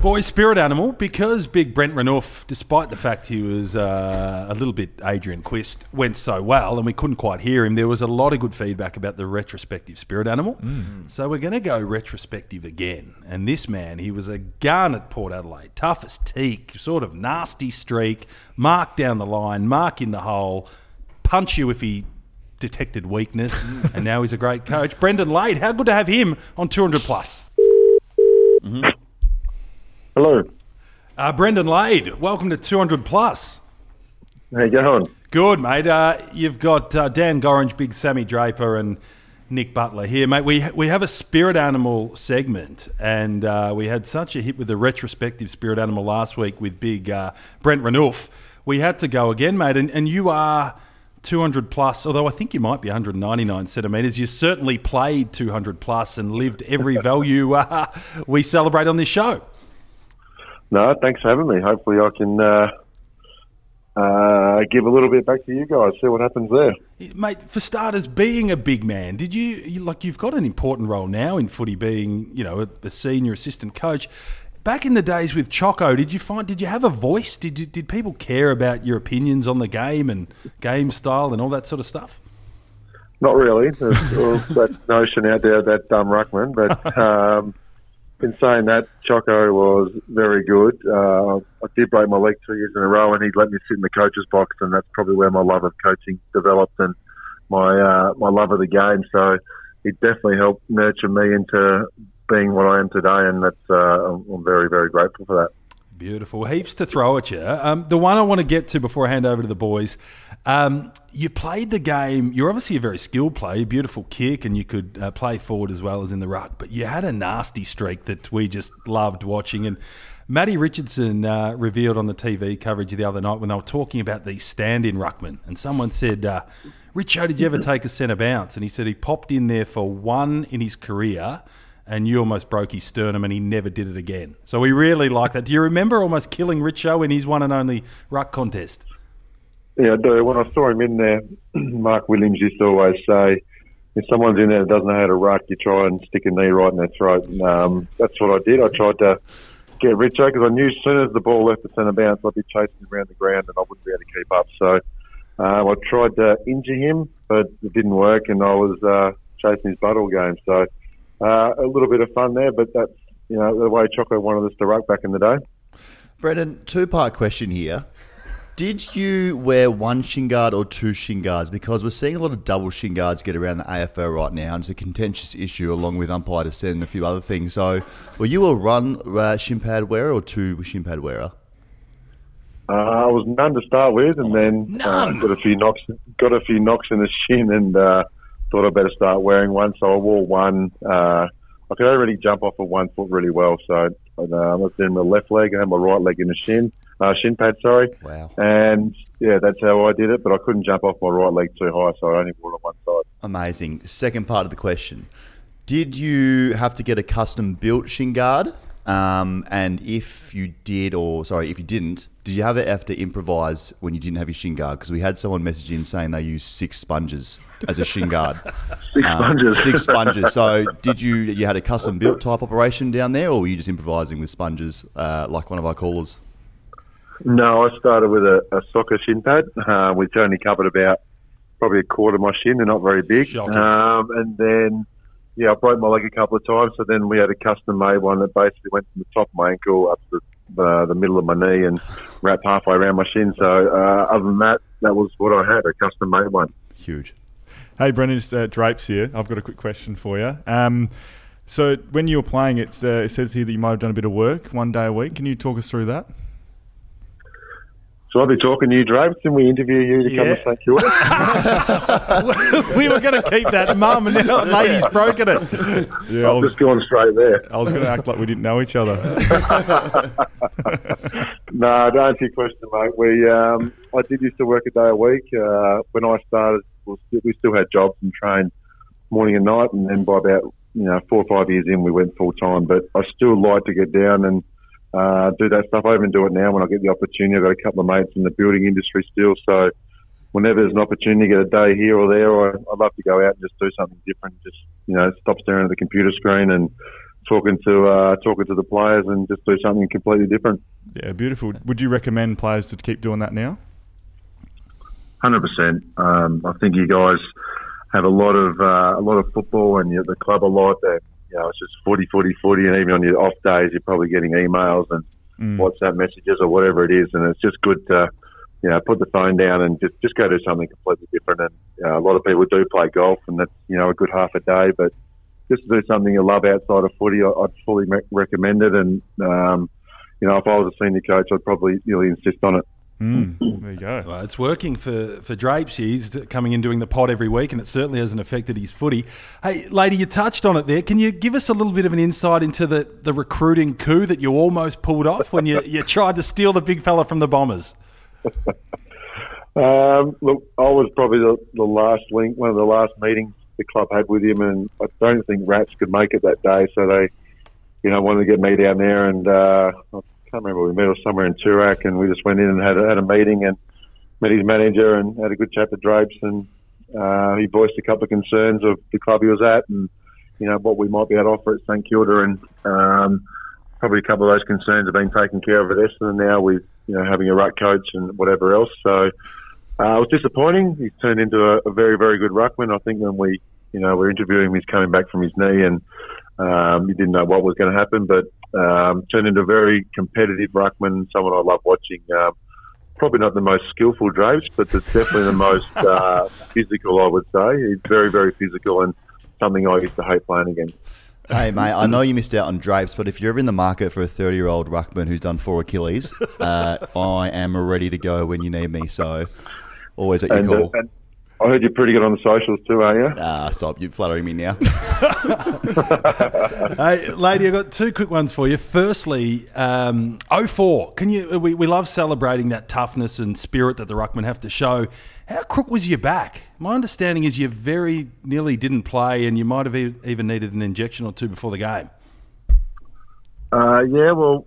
Boy, spirit animal, because Big Brent Renouf, despite the fact he was uh, a little bit Adrian Quist, went so well and we couldn't quite hear him, there was a lot of good feedback about the retrospective spirit animal. So we're going to go retrospective again. And this man, he was a gun at Port Adelaide, tough as teak, sort of nasty streak, mark down the line, mark in the hole, punch you if he detected weakness. and now he's a great coach. Brendan Lade, how good to have him on 200 plus.
Hello.
Uh, Brendan Lade, welcome to 200 plus.
How you going?
Good, mate. Uh, you've got uh, Dan Gorringe, Big Sammy Draper, and Nick Butler here, mate. We, we have a spirit animal segment, and uh, we had such a hit with the retrospective spirit animal last week with Big uh, Brent Renouf. We had to go again, mate, and, and you are 200 plus, although I think you might be 199 centimetres. You certainly played 200 plus and lived every value uh, we celebrate on this show.
No, thanks for having me. Hopefully, I can uh, uh, give a little bit back to you guys. See what happens there.
Mate, for starters, being a big man, did you, you like you've got an important role now in footy, being you know a, a senior assistant coach. Back in the days with Choco, did you find did you have a voice? Did you, did people care about your opinions on the game and game style and all that sort of stuff?
Not really. There's all that notion out there that dumb ruckman, but um, in saying that, Choco was very good. Uh, I did break my leg two years in a row, and he let me sit in the coach's box, and that's probably where my love of coaching developed and my uh, my love of the game. So it definitely helped nurture me into being what I am today, and that's uh, I'm I'm very very grateful for that.
Beautiful, heaps to throw at you. Um, the one I want to get to before I hand over to the boys. Um, you played the game. You're obviously a very skilled player, beautiful kick, and you could uh, play forward as well as in the ruck. But you had a nasty streak that we just loved watching. And Matty Richardson uh, revealed on the TV coverage the other night when they were talking about the stand-in ruckman, and someone said, uh, "Richo, did you ever take a centre bounce?" And he said he popped in there for one in his career and you almost broke his sternum and he never did it again. So we really like that. Do you remember almost killing Richo in his one and only ruck contest?
Yeah, I do. When I saw him in there, Mark Williams used to always say, if someone's in there that doesn't know how to ruck, you try and stick a knee right in their throat. And, um, that's what I did. I tried to get Richo because I knew as soon as the ball left the centre bounce, I'd be chasing him around the ground and I wouldn't be able to keep up. So um, I tried to injure him, but it didn't work and I was uh, chasing his butt all game. So uh, a little bit of fun there, but that's you know the way Choco wanted us to ruck back in the day.
Brendan, two part question here. Did you wear one shin guard or two shin guards? Because we're seeing a lot of double shin guards get around the AFL right now, and it's a contentious issue along with umpire dissent and a few other things. So, were you a run uh, shin pad wearer or two shin pad wearer?
Uh, I was none to start with, and then uh,
None.
got a few knocks, got a few knocks in the shin, and uh, thought I better start wearing one. So I wore one. Uh, I could already jump off of one foot really well, so uh, I was in my left leg. I had my right leg in the shin, uh, shin pad, sorry,
Wow.
and yeah, that's how I did it. But I couldn't jump off my right leg too high, so I only wore it on one side.
Amazing. Second part of the question: Did you have to get a custom built shin guard? Um, and if you did, or sorry, if you didn't, did you ever have to improvise when you didn't have your shin guard? Because we had someone message in saying they use six sponges as a shin guard.
Six
Um,
sponges.
six sponges. So did you you had a custom built type operation down there, or were you just improvising with sponges uh, like one of our callers?
No, I started with a, a soccer shin pad, uh, which only covered about probably a quarter of my shin. They're not very big.
Shocking.
Um, and then, yeah, I broke my leg a couple of times. So then we had a custom made one that basically went from the top of my ankle up to the, uh, the middle of my knee and wrapped halfway around my shin. So uh, other than that, that was what I had, a custom made one.
Huge.
Hey, Brendan, it's uh, Drapes here. I've got a quick question for you. Um, so, when you were playing, it's, uh, it says here that you might have done a bit of work one day a week. Can you talk us through that?
So I'll be talking to you, Drapes, and we interview you to come
Yeah.
to St Kilda.
we were going to keep that mum, and now lady's broken it.
Yeah, I
I'm
was,
just going straight there.
I was going to act like we didn't know each other.
No, to answer your question, mate, we um, I did used to work a day a week. Uh, when I started, we still, we still had jobs and trained morning and night, and then by about you know four or five years in, we went full time. But I still like to get down and uh, do that stuff. I even do it now when I get the opportunity. I've got a couple of mates in the building industry still, so whenever there's an opportunity to get a day here or there, I, I'd love to go out and just do something different. Just you know, stop staring at the computer screen and talking to uh, talking to the players and just do something completely different.
Yeah, beautiful. Would you recommend players to keep doing that now?
Hundred percent. Um, I think you guys have a lot of uh, a lot of football, and you're at the club a lot. And you know, it's just 40, 40, 40, and even on your off days, you're probably getting emails and WhatsApp messages or whatever it is. And it's just good to you know put the phone down and just just go do something completely different. And you know, a lot of people do play golf, and that's you know a good half a day, but just to do something you love outside of footy, I, I'd fully rec recommend it. And um, you know, if I was a senior coach, I'd probably really insist on it.
Mm, there you go.
Well, it's working for, for Drapes. He's coming in doing the pod every week, and it certainly hasn't affected his footy. Hey, lady, you touched on it there. Can you give us a little bit of an insight into the, the recruiting coup that you almost pulled off when you, you tried to steal the big fella from the Bombers?
Um, look, I was probably the, the last link, one of the last meetings the club had with him, and I don't think Rats could make it that day, so they, you know, wanted to get me down there, and uh, I can't remember we met or somewhere in Turak, and we just went in and had a, had a meeting and met his manager and had a good chat to Drapes, and uh, he voiced a couple of concerns of the club he was at, and you know what we might be able to offer at St Kilda, and um, probably a couple of those concerns have been taken care of at Essendon now with you know having a ruck coach and whatever else, so. Uh, it was disappointing. He's turned into a, a very, very good ruckman. I think when we, you know, we're interviewing him, he's coming back from his knee, and um, you didn't know what was going to happen, but um, turned into a very competitive ruckman. Someone I love watching. Um, probably not the most skillful drapes, but it's definitely the most uh, physical. I would say he's very, very physical, and something I used to hate playing against.
Hey mate, I know you missed out on drapes, but if you're ever in the market for a 30 year old ruckman who's done four Achilles, uh, I am ready to go when you need me. So always at your
And, uh,
call.
and I heard you're pretty good on the socials too, aren't you?
Ah, stop! You're flattering me now.
Hey, lady, I've got two quick ones for you. Firstly, um, 04. Can you? We, we love celebrating that toughness and spirit that the ruckman have to show. How crook was your back? My understanding is you very nearly didn't play, and you might have e- even needed an injection or two before the game.
Uh, yeah, well,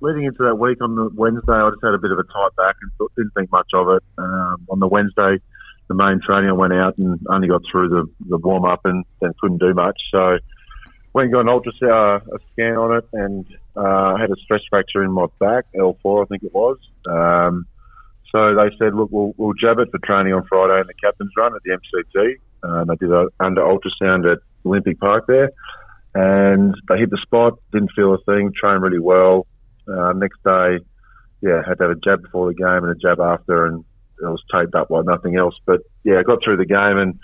leading into that week on the Wednesday, I just had a bit of a tight back and thought, didn't think much of it. Um, on the Wednesday, the main training, I went out and only got through the, the warm up and then couldn't do much. So went and got an ultrasound, uh, a scan on it, and uh, I had a stress fracture in my back, L4, I think it was. Um, so they said, look, we'll, we'll jab it for training on Friday in the captain's run at the MCG. Uh, they did a under ultrasound at Olympic Park there and they hit the spot, didn't feel a thing, trained really well. Uh, next day, yeah, had to have a jab before the game and a jab after, and it was taped up like nothing else. But yeah, I got through the game, and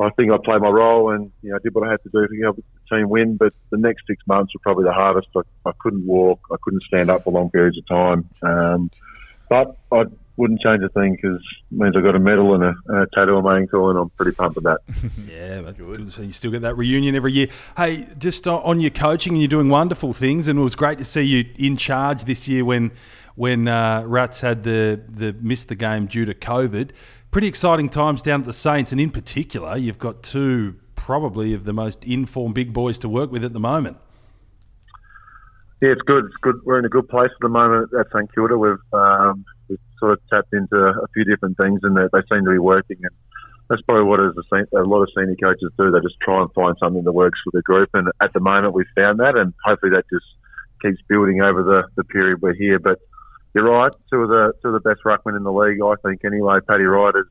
I think I played my role, and you know, I did what I had to do to help the team win. But the next six months were probably the hardest. I, I couldn't walk, I couldn't stand up for long periods of time. Um, But I wouldn't change a thing because it means I got a medal and a, and a tattoo on my ankle, and I'm pretty pumped about that.
Yeah, that's good. So you still get that reunion every year. Hey, just on on your coaching, and you're doing wonderful things, and it was great to see you in charge this year when when uh, Rats had the the missed the game due to COVID. Pretty exciting times down at the Saints, and in particular, you've got two probably of the most informed big boys to work with at the moment.
Yeah, it's good. It's good. We're in a good place at the moment at St Kilda. We've, um, we've sort of tapped into a few different things, and they, they seem to be working. And that's probably what as a, sen- a lot of senior coaches do. They just try and find something that works for the group. And at the moment, we've found that, and hopefully that just keeps building over the, the period we're here. But you're right. Two of the two of the best ruckmen in the league, I think. Anyway, Paddy Wright is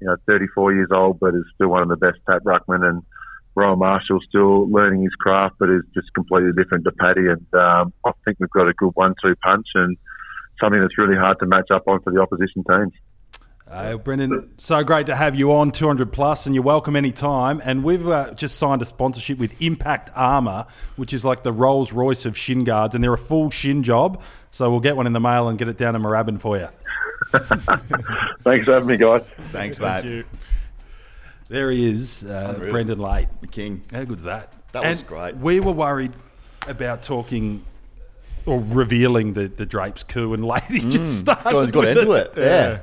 you know 34 years old, but is still one of the best tap ruckmen, and Ryan Marshall's still learning his craft, but is just completely different to Paddy. And um, I think we've got a good one-two punch and something that's really hard to match up on for the opposition teams.
Uh, Brendan, so great to have you on 200 plus, and you're welcome anytime. And we've uh, just signed a sponsorship with Impact Armour, which is like the Rolls Royce of shin guards, and they're a full shin job. So we'll get one in the mail and get it down to Moorabbin for you.
Thanks for having me, guys.
Thanks, mate.
There he is, uh,
Unreal.
Brendan Late.
King.
How good's that?
That was
And
great.
We were worried about talking or revealing the, the drapes coup, and Lady just started.
Mm. Got, got
with
into it. Yeah.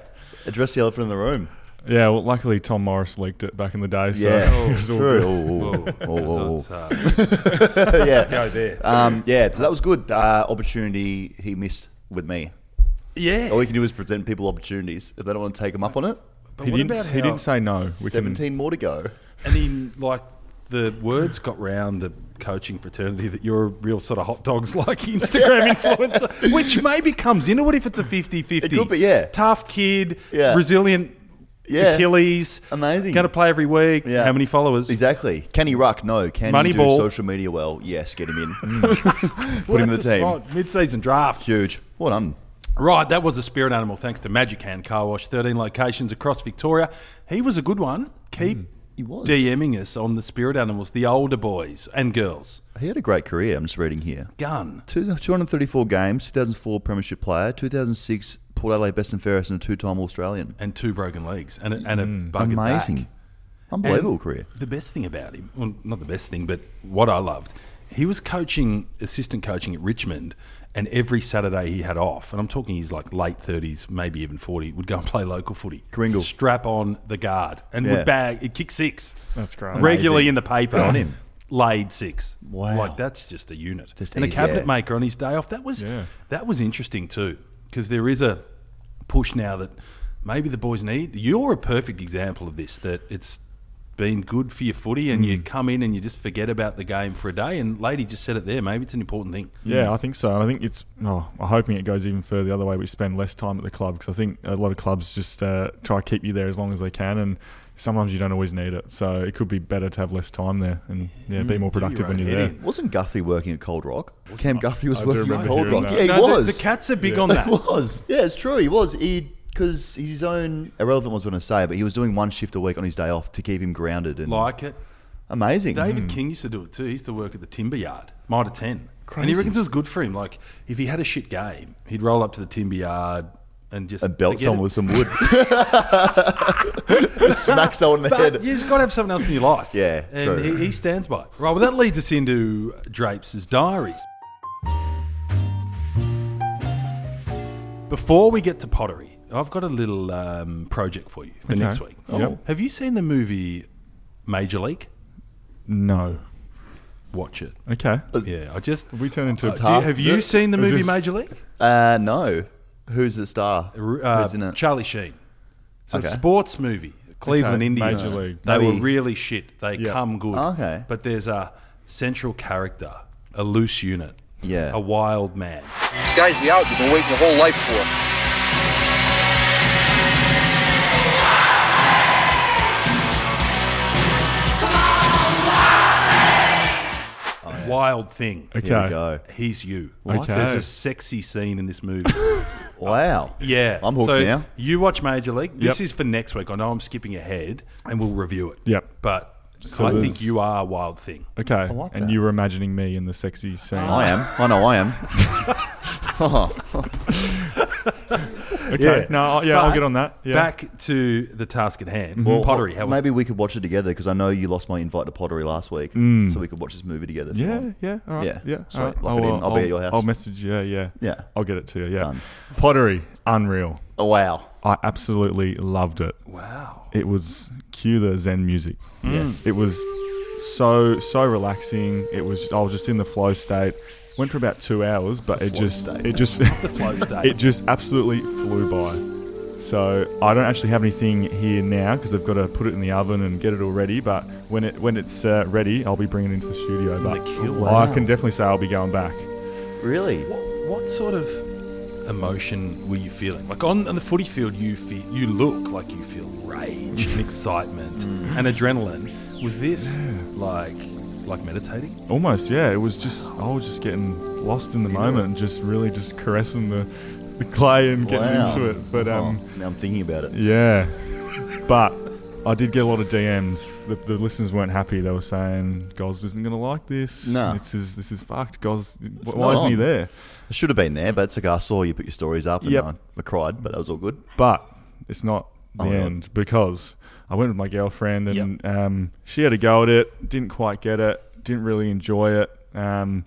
Address the elephant in the room.
Yeah, well, luckily Tom Morris leaked it back in the day, so
Yeah.
it was all
True.
good.
Oh, oh, oh,
So, uh,
oh. yeah.
go there.
Um, yeah, so that was good. Uh, opportunity he missed with me.
yeah.
All you can do is present people opportunities. If they don't want to take them up on it,
But
He
what
didn't.
about
He
how-
didn't say no. We can,
17 more to go.
And in like the words got round the coaching fraternity that you're a real sort of hot dogs like Instagram influencer, which maybe comes into it if it's a 50 50.
It could be, yeah.
Tough kid,
Yeah.
resilient
Yeah.
Achilles.
Amazing.
Going to play every week.
Yeah.
How many followers?
Exactly. Can he ruck? No. Can he do
Moneyball.
social media well? Yes. Get him in. Put him in the team.
Mid season draft.
Huge. Well done.
Right, that was a spirit animal thanks to Magic Hand Car Wash, 13 locations across Victoria. He was a good one. Keep
Mm. He was.
DMing us on the spirit animals, the older boys and girls.
He had a great career. I'm just reading here.
Gun.
Two- 234 games, 2004 Premiership player, 2006 Port Adelaide Best and Fairest, and a two-time Australian.
and two broken legs and a, and a
Mm.
bucket
Amazing,
back.
unbelievable
And
career.
The best thing about him, well, not the best thing, but what I loved, he was coaching, assistant coaching at Richmond, and every Saturday he had off, and I'm talking his like late 30s, maybe even 40, would go and play local footy.
Kringle.
Strap on the guard and
Yeah.
would bag, he'd kick six.
That's great.
Regularly
Amazing.
in the paper.
Good on him.
Laid six.
Wow.
Like that's just a unit.
Just
and a
easy,
cabinet
yeah.
maker on his day off. That was
Yeah.
that was interesting too, because there is a push now that maybe the boys need. You're a perfect example of this. That it's been good for your footy, and
Mm.
you come in and you just forget about the game for a day. And lady just said it there. Maybe it's an important thing.
Hmm.
Yeah, I think so. And I think it's, oh, I'm hoping it goes even further the other way. We spend less time at the club because I think a lot of clubs just uh, try to keep you there as long as they can. And sometimes you don't always need it. So it could be better to have less time there and yeah,
Hmm.
be more productive
own
when you're
head
there.
in.
Wasn't Guthrie working at Cold Rock? Cam Guthrie was
I do
working at
remember
Cold
hearing
Rock.
that.
Yeah, he
No, the-
was.
The, cats are big
Yeah.
on that.
He was. Yeah, it's true. He was. He because he's his own irrelevant was what I say, but he was doing one shift a week on his day off to keep him grounded and
like it.
amazing.
Mm-hmm.
David King used to do it too. He used to work at the timber yard, might of 10. And he
Crazy.
reckons it was good for him. Like, if he had a shit game, he'd roll up to the timber yard and just.
and belt
forget
someone
it.
with some wood. Just smack someone in the
But
head.
you've got to have someone else in your life.
Yeah,
And
true.
He, he stands by it. Right, well, that leads us into Drapes' diaries. Before we get to pottery, I've got a little um, project for you for
Okay.
next week.
Yep. Oh.
Have you seen the movie Major League?
No.
Watch it.
Okay.
Yeah, I just. Uh,
We turn into
Do you- have you
Is
seen the
is
movie
this-
Major League?
Uh, no. Who's the star?
Uh,
Who's in it?
Charlie Sheen. So it's a
Okay.
sports movie. Cleveland
Okay,
Indians.
Major League.
They were
Maybe- Oh,
really shit. They
Yeah.
come good.
Okay.
But there's a central character, a loose unit.
Yeah.
A wild man.
This guy's the out you've been waiting your whole life for.
Oh,
Wild thing.
Okay.
Here we go.
He's you.
Okay.
There's a sexy scene in this movie.
Wow.
yeah.
I'm hooked
so
now.
You watch Major League. This
Yep.
is for next week. I know I'm skipping ahead and we'll review it.
Yep.
But
So
I think
there's-
you are Wild Thing.
Okay.
like that.
and you were imagining me in the sexy scene.
Oh. I am. I know I am.
Okay.
Yeah.
No. Yeah, I'll
But
get on that. Yeah.
Back to the task at hand.
Well,
pottery. How was
maybe we could watch it together because I know you lost my invite to pottery last week, so we could watch this movie together. if you
Mm. Yeah,
want.
yeah, all right.
Yeah,
Yeah,
sweet.
all right.
Lock it in. I'll be at your house.
I'll message you. Yeah, yeah,
Yeah.
I'll get it to you. Yeah,
Done.
pottery, unreal.
Oh wow.
I absolutely loved it.
Wow.
It was cue the Zen music.
Yes.
It was so so relaxing. It was I was just in the flow state. Went for about two hours, but it just
state.
it just the flow
state.
it just absolutely flew by. So I don't actually have anything here now because I've got to put it in the oven and get it all ready. But when it when it's uh, ready, I'll be bringing it into the studio. But I can definitely say I'll be going back. Mm.
Really?
What, what sort of emotion were you feeling? Like on, on the footy field, you feel, you look like you feel rage and excitement
Mm.
and adrenaline. Was this like like meditating?
Almost, yeah. It was just I was just getting lost in the moment and just really just caressing the, the clay and getting
Wow.
into it. But um,
Oh, now I'm thinking about it.
yeah, but I did get a lot of DMs. The, the listeners weren't happy. They were saying Gos isn't going to like this.
No.
this is this is fucked. Gos, why
not
isn't he
on.
there?
I should have been there, but it's okay. I saw you put your stories up, and
Yep.
I, I cried, but that was all good.
But it's not the
Oh, yeah.
end because I went with my girlfriend and um, she had a go at it. Didn't quite get it. Didn't really enjoy it. Um,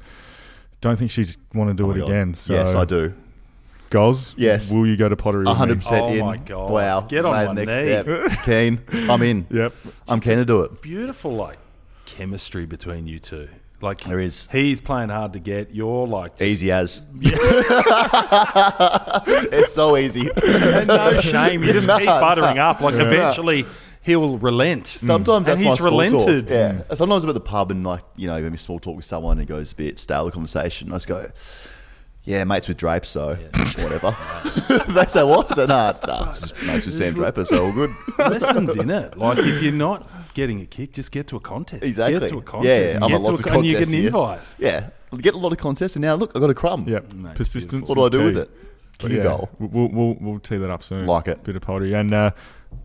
don't think she's want to do
Oh my
it
God.
again. So
yes, I do.
Goz,
Yes.
will you go to pottery? with me?
hundred percent
Oh
in.
my God.
Wow.
Get on
Mate,
one
next
knee.
step. Keen. I'm in.
Yep.
I'm keen to do it.
Beautiful, like chemistry between you two. Like
There is.
He's playing hard to get. You're like just
Easy as. it's so easy.
Mm. no shame. You just keep
No,
buttering up. Like eventually he'll relent.
Sometimes that's
and
my
he's
small
relented.
talk. Yeah. Sometimes I'm at the pub and like you know having a small talk with someone and it goes a bit stale the conversation. I just go, yeah, mates with Drape, so whatever. they say what? So nah, nah, it's just mates with Sam Draper, so all good.
lessons in it. Like if you're not getting a kick, just get to a contest.
Exactly.
Get to a contest.
Yeah, yeah. I'm
get
at lots
to
of
a, con- and You
contests.
get an
here.
invite.
Yeah, I get a lot of contests, and now look, I got a crumb.
Yep. Persistence.
What do I
is
do with
key.
it?
But
Kick a goal.
We'll, we'll, we'll tee that up soon.
Like it.
Bit of pottery. And uh,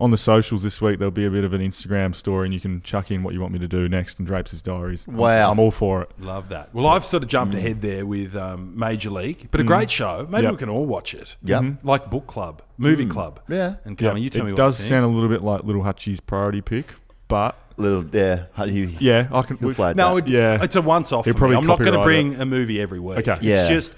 on the socials this week, there'll be a bit of an Instagram story, and you can chuck in what you want me to do next in Drapes' Diaries. I'm-
Wow.
I'm, all for it.
Love that. Well, I've sort of
Mm.
jumped ahead there with um, Major League, but a great show. Maybe
Yep.
we can all watch it. Mm-hmm.
Yep. Mhm.
Like book club, movie club.
Yeah.
And Carmen, you tell
it
me what
does
you think.
sound a little bit like Little Hutchie's priority pick, but
Little, yeah, how do you?
yeah, I can.
He'll
we-
fly it
No,
that.
it,
Yeah.
it's a once off.
He'll
for me.
probably
I'm not going to
copyright
bring a movie every week.
Okay.
It's
Yeah.
just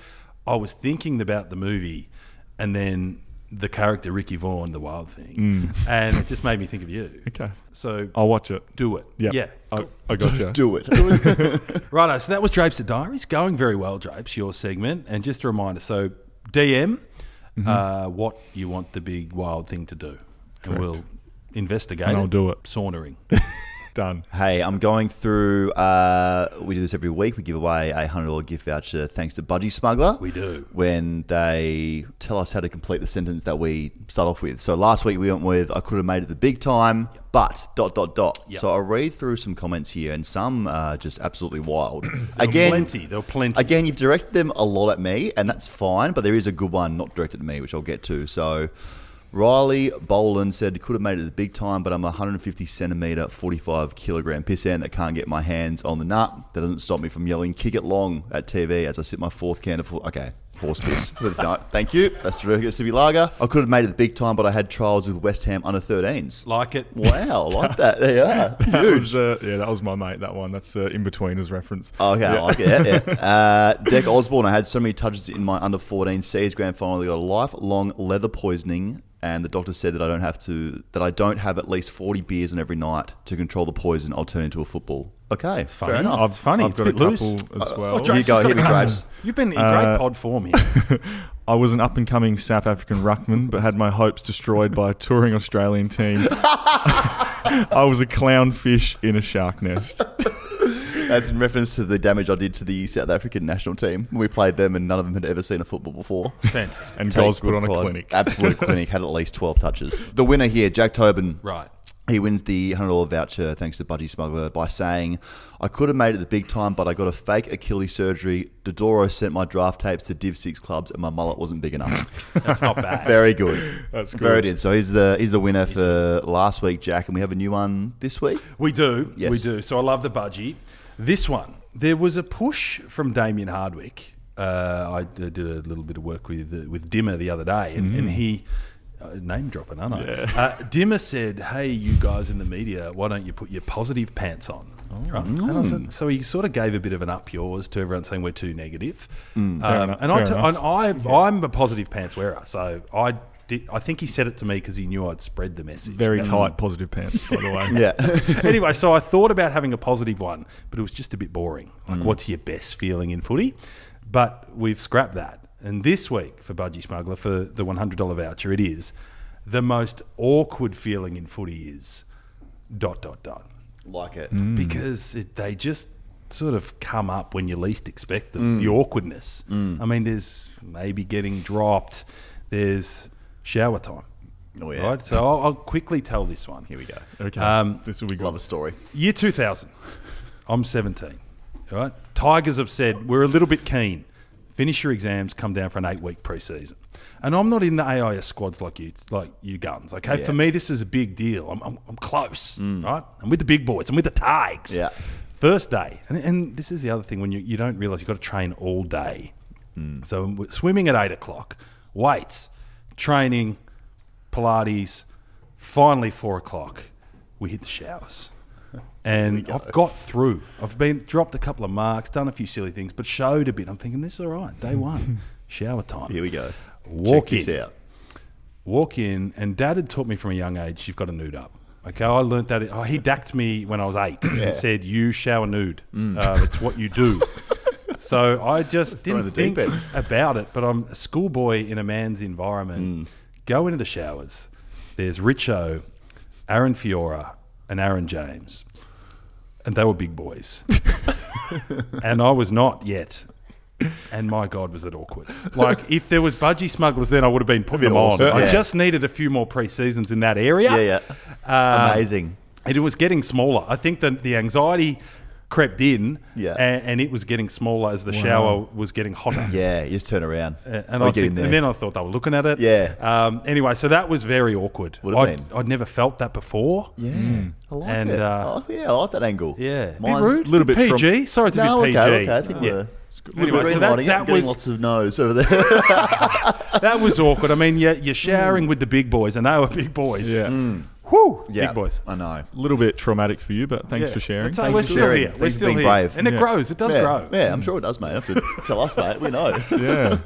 I was thinking about the movie and then the character Ricky Vaughn, the wild thing, and it just made me think of you.
Mm. Okay. Oh.
So
I'll watch it.
do it.
Yeah.
Yeah.
I, I gotcha.
Do it.
Righto, so that was Drapes to Diaries. Going very well, Drapes, your segment. And just a reminder so DM
Mm-hmm.
uh, what you want the big wild thing to do. And we'll investigate
And I'll do it.
Saunering.
Done.
Hey, I'm going through. Uh, we do this every week. We give away a hundred dollar gift voucher thanks to Budgie Smuggler.
We do.
when they tell us how to complete the sentence that we start off with. So last week we went with I could have made it the big time, but dot dot dot.
Yep.
So I read through some comments here, and some are just absolutely wild. again,
plenty. There were plenty.
Again, you've directed them a lot at me, and that's fine. But there is a good one not directed at me, which I'll get to. So. Riley Boland said, could have made it the big time, but I'm a 150 centimetre, 45 kilogram pissant that can't get my hands on the nut. That doesn't stop me from yelling, kick it long at TV as I sip my fourth can of. Okay, horse piss for this night. Thank you. That's terrific. Sippy Lager. I could have made it the big time, but I had trials with West Ham under 13s.
like it.
Wow, like that. There you are.
That
Huge.
was, uh, yeah, that was my mate. That one. That's uh, in betweeners reference.
Oh, Okay, I like it. Yeah, yeah. Uh, Deck Osborne, I had so many touches in my under 14 C's grand final. They got a lifelong leather poisoning, and the doctor said that I don't have to, that I don't have at least 40 beers on every night to control the poison. I'll turn into a football. Okay, fair enough.
I've- It's funny,
I've
it's
got
a
a,
bit loose. Uh, oh,
couple as well.
Here you go, here we Drapes.
You've been in great
Uh,
pod form here.
I was an up and coming South African ruckman, but had my hopes destroyed by a touring Australian team. I was a clownfish in a shark nest.
That's in reference to the damage I did to the South African national team. We played them, and none of them had ever seen a football before.
Fantastic.
And
Take
Goz put
good
on a
pride.
clinic.
Absolute clinic. Had at least 12 touches. The winner here, Jack Tobin.
Right.
He wins the $100 voucher thanks to Budgie Smuggler by saying, I could have made it the big time, but I got a fake Achilles surgery. Dodoro sent my draft tapes to Div 6 clubs, and my mullet wasn't big enough.
That's not bad.
Very good.
That's good.
Very good. So he's the, he's the winner for last week, Jack, and we have a new one this week.
We do.
Yes.
We do. So I love the budgie. This one, there was a push from Damien Hardwick uh, I d- did a little bit of work with uh, with Dimmer the other day, and,
Mm.
and he. Uh, name dropping, aren't I? Uh, Dimmer said, "Hey, you guys in the media, why don't you put your positive pants on?"
Oh.
Right. And I said- so he sort of gave a bit of an up yours to everyone saying we're too negative.
Mm. Fair
Um,
enough,
and I,
fair
t-
enough.
and I, I'm a positive pants wearer, so I did, I think he said it to me because he knew I'd spread the message.
Very tight, positive pants, by the way.
Yeah.
anyway, so I thought about having a positive one, but it was just a bit boring. Like, what's your best feeling in footy? But we've scrapped that. And this week for Budgie Smuggler, for the $100 voucher, it is the most awkward feeling in footy is dot, dot, dot.
like
Mm.
it.
Because it, they just sort of come up when you least expect them, the awkwardness. I mean, there's maybe getting dropped, there's shower time.
Oh, yeah.
Right? So I'll, I'll quickly tell this one.
Here we go.
Okay.
Um,
this will be
Love a
good.
story.
Year 2000. I'm 17. All right. Tigers have said we're a little bit keen. Finish your exams, come down for an eight-week preseason. And I'm not in the AIS squads like you, like you guns. Okay,
Yeah. Mm.
for me this is a big deal. I'm, I'm, I'm close, right? I'm with the big boys. I'm with the Tigers.
Yeah.
First day, and, and this is the other thing when you, you don't realize you've got to train all day.
Mm.
So we're swimming at eight o'clock, weights, training, Pilates. Finally, four o'clock, we hit the showers. And I've got through. I've been dropped a couple of marks, done a few silly things, but showed a bit. I'm thinking this is all right. Day one, shower time.
Here we go.
Walk
Check this
in.
out.
Walk in, and Dad had taught me from a young age. You've got to nude up. Okay, I learnt that. Oh, he dacked me when I was eight and said, "You shower nude. Uh, it's what you do." so I just
Mm. Throw in
didn't
the
think
deep end.
about it. But I'm a schoolboy in a man's
Mm.
environment. Go into the showers. There's Richo, Aaron Fiora, and Aaron James, and they were big boys, and I was not yet. And my God, was it awkward! Like if there was budgie smugglers, then I would have been putting
Been
them
awesome,
on. I
yeah.
just needed a few more pre-seasons in that area.
Yeah, yeah.
Uh,
Amazing.
And it was getting smaller. I think that the anxiety crept in,
Yeah.
a- and, it was getting smaller as the shower was getting hotter.
Yeah, you just turn around.
uh, And,
We
I
get in
think,
there.
and then I thought they were looking at it.
Yeah.
Um, anyway, so that was very awkward.
Would have
I'd,
been.
I'd never felt that before.
yeah, I like
Mm. And,
it.
uh,
oh, yeah, I like that angle.
Yeah. Bit
Mine's-
rude.
little bit
PG. Sorry, it's a
No,
bit PG.
okay, okay. I think
Yeah.
we're.
Anyway, so
green
that,
lighting it,
that
getting
was
lots of no's over there.
that was awkward. I mean, you're, you're showering with the big boys, and they were big boys.
Yeah.
Whew,
yeah,
big boys.
I know.
A little bit traumatic for you, but thanks
Yeah.
for sharing.
That's how-
Thanks
we're
for
still
sharing.
here.
Thanks
we're
for
still
being
here.
brave.
And it
Yeah.
grows. It does
yeah,
grow.
yeah, I'm sure it does, mate. You have to tell us, mate. We know.
yeah.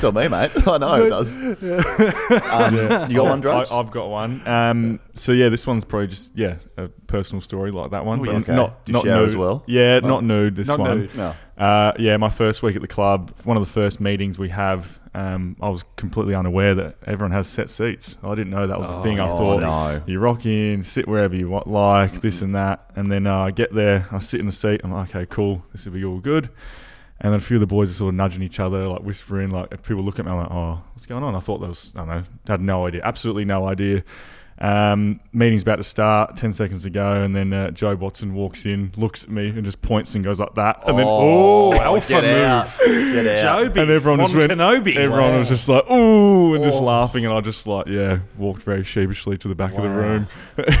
Tell me, mate. I know it does. Um, You got one, drugs?
I, I've got one. Um, so yeah, this one's probably just yeah a personal story like that one, but
yes. Oh, Okay.
not
Do you
not
share
nude
as well?
Yeah, not nude. This
Not
one.
nude.
No.
Uh, yeah, my first week at the club, one of the first meetings we have. Um, I was completely unaware that everyone has set seats. I didn't know that was a thing. I
yes.
thought
Oh, No.
you rock in, sit wherever you want, like this and that, and then uh, I get there. I sit in the seat. I'm like, okay, cool. This will be all good. And then a few of the boys are sort of nudging each other, like whispering, like people look at me, I'm like, oh, what's going on? I thought that was, I don't know, had no idea, absolutely no idea. Um, meeting's about to start, 10 seconds to go, and then uh, Joe Watson walks in, looks at me, and just points and goes like that. And then, oh, alpha
get
move.
Out. Get out.
Joby.
And everyone just
Mon
went,
Kenobi.
everyone
Wow.
was just like, ooh, and just
Oh.
laughing. And I just like, yeah, walked very sheepishly to the back of the room.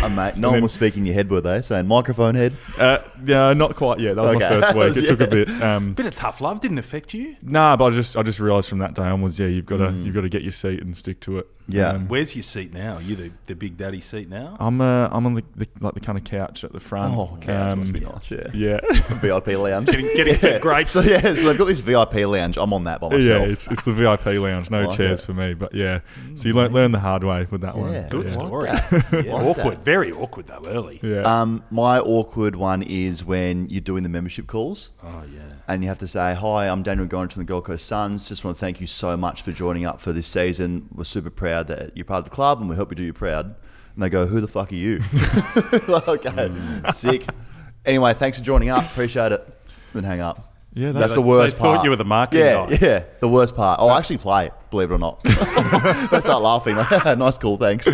Oh, mate, no one was speaking your head, were they? Saying microphone head.
Uh, yeah, not quite yet. That was
Okay.
my first week. It
Yeah.
took a bit. Um,
Bit of tough love didn't affect you.
Nah, but I just I just realised from that day onwards, yeah, you've got to you've got to get your seat and stick to it.
Mm.
Um,
Yeah.
Where's your seat now? Are you the, the big daddy seat now?
I'm uh, I'm on the, the like the kind of couch at the front.
Oh, okay, that must
Um,
be nice. Yeah.
Yeah,
VIP lounge.
Getting- getting fed grapes.
So yeah, so they've got this VIP lounge. I'm on that by
yeah.
myself. Oh,
It's it's the VIP lounge, no
Like
chairs
it.
for me. But yeah, so you learn learn the hard way with that one.
Mm. Yeah.
Good
yeah.
story.
Like
Yeah,
that. Like
awkward. Very awkward, though, early.
Yeah.
Um, my awkward one is when you're doing the membership calls.
Oh, yeah.
and you have to say, "Hi, I'm Daniel Gorringe from the Gold Coast Suns. Just want to thank you so much for joining up for this season. We're super proud that you're part of the club, and we hope you do you proud." And they go, "Who the fuck are you?" Like, okay, sick. Anyway, thanks for joining up. Appreciate it. Then hang up.
Yeah,
that's,
they-
the
they
worst
thought
part.
you were the marketing
yeah,
guy.
Yeah, the worst part. Oh, I actually play. Believe it or not, they start laughing. Like, nice call, thanks.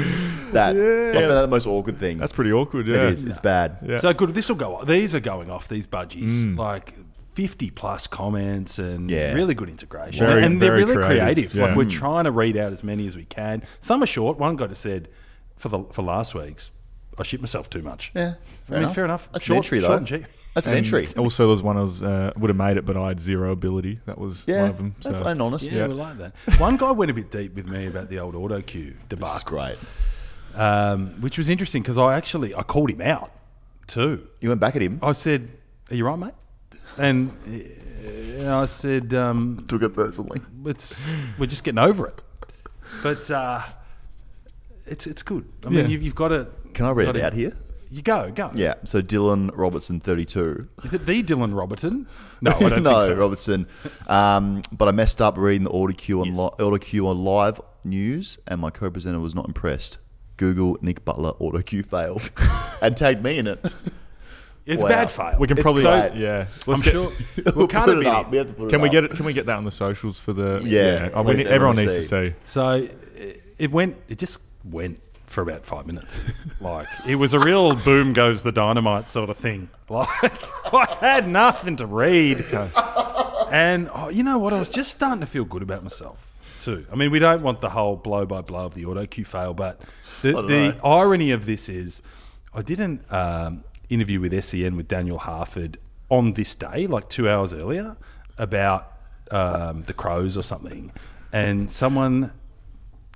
That I found that the most awkward thing.
That's pretty awkward.
it
Yeah,
is. It's bad.
Yeah.
So good. This will go. These are going off. These budgies like fifty plus comments and
Yeah.
really good integration.
Very-
and they're
very
really creative.
creative, yeah.
Like we're trying to read out as many as we can. Some are short. One guy just said for the for last week's, I shit myself too much.
Yeah,
I mean, fair enough.
That's
short,
an entry,
short
though.
and cheap.
That's an entry.
Also, there's one I was uh, would have made it, but I had zero ability. That was
Yeah,
one of them. So.
that's honest.
Yeah, we like that. One guy went a bit deep with me about the old auto cue
That's
debacle,
great.
um, which was interesting because I actually I called him out too.
You went back at him.
I said, "Are you right, mate?" And uh, I said, um,
took it personally.
it's we're just getting over it. But uh, it's it's good. I mean,
Yeah.
you've, you've got to.
Can I read
got
it
to-
out here?
You go, go.
Yeah. So Dylan Robertson, 32.
Is it the Dylan Robertson? No, I don't
no,
think so.
Robertson. Um, but I messed up reading the auto cue on li- auto cue on live news, and my co-presenter was not impressed. Google Nick Butler auto cue failed, and tagged me in it.
It's
Wow.
bad fail.
we can
It's
probably
great.
yeah.
I'm
Let's get-
sure. we
We'll
can't
put it
admit
up. We
it.
have to put it
Can we
up.
get it? Can we get that on the socials for the
Yeah,
Oh, we
please,
need-
everyone
everyone needs
see.
to see.
So it, it went. It just went for about five minutes. Like it was a real boom goes the dynamite sort of thing. Like I had nothing to read, and oh, you know what? I was just starting to feel good about myself too. I mean, we don't want the whole blow by blow of the auto cue fail, but the,
don't
the
know.
irony of this is, I did an um, interview with SEN with Daniel Harford on this day, like two hours earlier, about um, the Crows or something, and someone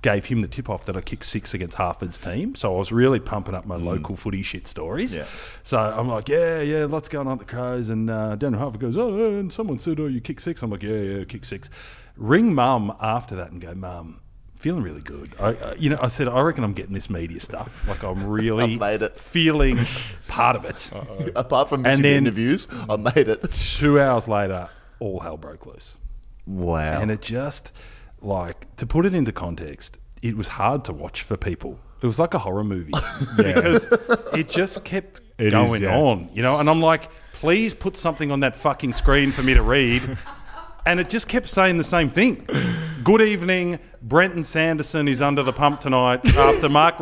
gave him the tip off that I kicked six against Harford's team. So I was really pumping up my local footy shit stories.
Yeah.
So I'm like, yeah, yeah, lots going on at the Crows. And uh, Daniel Harford goes, oh, and someone said, oh, you kick six. I'm like, yeah, yeah, kick six. Ring mum after that and go, mum, feeling really good. I, uh, you know, I said, I reckon I'm getting this media stuff. Like I'm really
I've made it.
feeling part of it.
Apart from missing the
then-
interviews, I made it.
Two hours later, all hell broke loose.
Wow.
And it just, like, to put it into context, it was hard to watch for people. It was like a horror movie because it just kept
It is,
going
yeah.
on, you know. And I'm like, please put something on that fucking screen for me to read. And it just kept saying the same thing. Good evening, Brenton Sanderson is under the pump tonight after Mark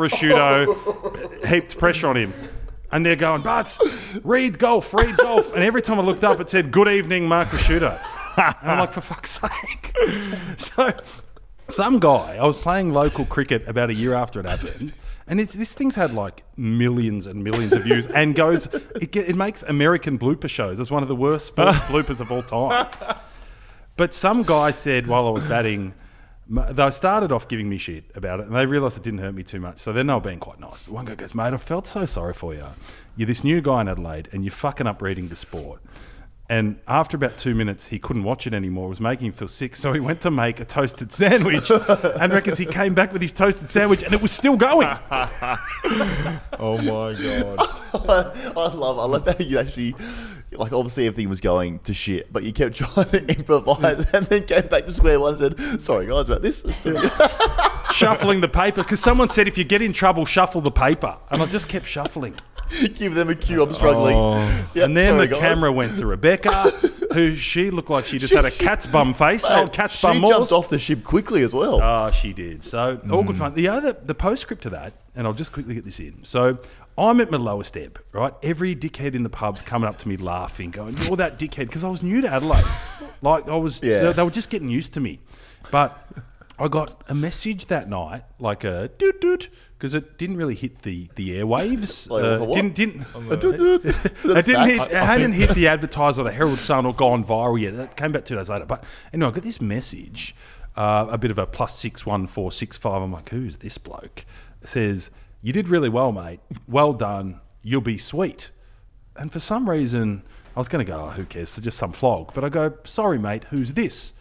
Rasciuto heaped pressure on him. And they're going, but read golf, read golf. And every time I looked up, it said, good evening, Mark Rasciuto. And I'm like, for fuck's sake. So some guy, I was playing local cricket about a year after it happened. And it's, this thing's had like millions and millions of views and goes, it, get, it makes American blooper shows. It's one of the worst sports bloopers of all time. But some guy said while I was batting, m- they started off giving me shit about it, and they realised it didn't hurt me too much. So then they were being quite nice. But one guy goes, "Mate, I felt so sorry for you. You're this new guy in Adelaide, and you're fucking up reading the sport." And after about two minutes, he couldn't watch it anymore. It was making him feel sick, so he went to make a toasted sandwich, and reckons he came back with his toasted sandwich, and it was still going.
Oh my god.
I love. I love how you actually. Like obviously everything was going to shit, but you kept trying to improvise, and then came back to square one and said, "Sorry guys about this." Let's do it."
shuffling the paper because someone said if you get in trouble, shuffle the paper, and I just kept shuffling.
Give them a cue. I'm struggling.
Oh.
Yep,
and then
sorry,
the
guys.
camera went to Rebecca, who she looked like she just had a cat's bum face.
Mate,
old cat's
she
bum
jumped
Morse.
off Mm. the ship quickly as well.
Oh, she did. So all good fun. The other, the postscript to that, and I'll just quickly get this in. So I'm at my lowest ebb, right? Every dickhead in the pub's coming up to me laughing, going, "You're that dickhead," because I was new to Adelaide. like I was,
Yeah.
they, they were just getting used to me. But I got a message that night, like a doot doot, because it didn't really hit the the airwaves.
Like,
Uh,
what?
didn't didn't.
doot doot. Is that a
It didn't hit,
fact?
it hadn't hit the advertiser or the Herald Sun or gone viral yet. That came back two days later. But anyway, I got this message, uh, a bit of a plus six one four six five. I'm like, who's this bloke? It says, You did really well, mate. Well done. You'll be sweet. And for some reason, I was going to go, oh, who cares? It's just some flog. But I go, sorry, mate, who's this?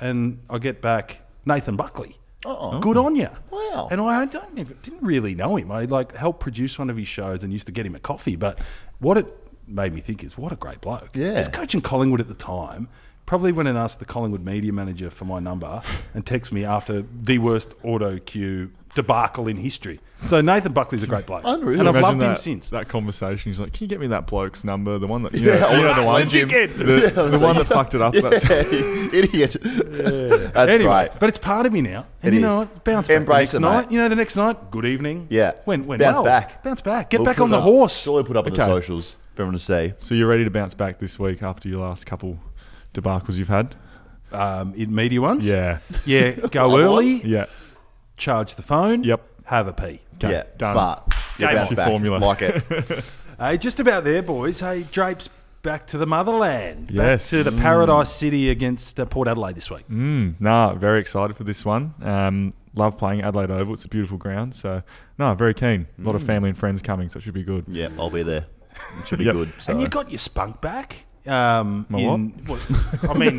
And I get back, Nathan Buckley.
Oh.
Good on you.
Wow.
And I don't even, didn't really know him. I like helped produce one of his shows and used to get him a coffee. But what it made me think is what a great bloke.
Yeah.
He's coaching Collingwood at the time. Probably went and asked the Collingwood media manager for my number and texted me after the worst auto cue debacle in history. So Nathan Buckley's a great bloke.
Unreal.
And I've
Imagine
loved him
that-
since.
That conversation. He's like, "Can you get me that bloke's number? The one that you
Yeah,
know, you know
honestly,
the one,
Jim.
the,
Yeah,
the one that
honestly.
fucked it up." That's,
Yeah, idiot. That's
anyway,
great.
But it's part of me now. And
It
you know
is.
what? Bounce back
Embrace
the
it,
next night.
mate.
You know, the next night, good evening.
Yeah.
Went, went
Bounce
well.
back.
Bounce back. Get
We'll
back
put
on the
up-
horse.
Surely put up on the
Okay.
socials for everyone to see.
so you're ready to bounce back this week after your last couple debacles you've had?
um, in media ones.
Yeah.
Yeah, go early,
Yeah.
charge the phone.
Yep.
have a pee.
yeah,
done.
smart. Yeah, bounce
Game's your
back.
formula.
Like it.
Hey, just about there, boys. Hey, Drapes, back to the motherland. Back
Yes.
to the
Mm.
Paradise City against uh, Port Adelaide this week.
Mm, nah, very excited for this one. Um, love playing Adelaide Oval. It's a beautiful ground. So, no, very keen. A lot
Hmm.
of family and friends coming, so it should be good.
Yeah, I'll be there. It should be
Yep.
good. So.
And you got your spunk back. Um,
My
in- well, I mean,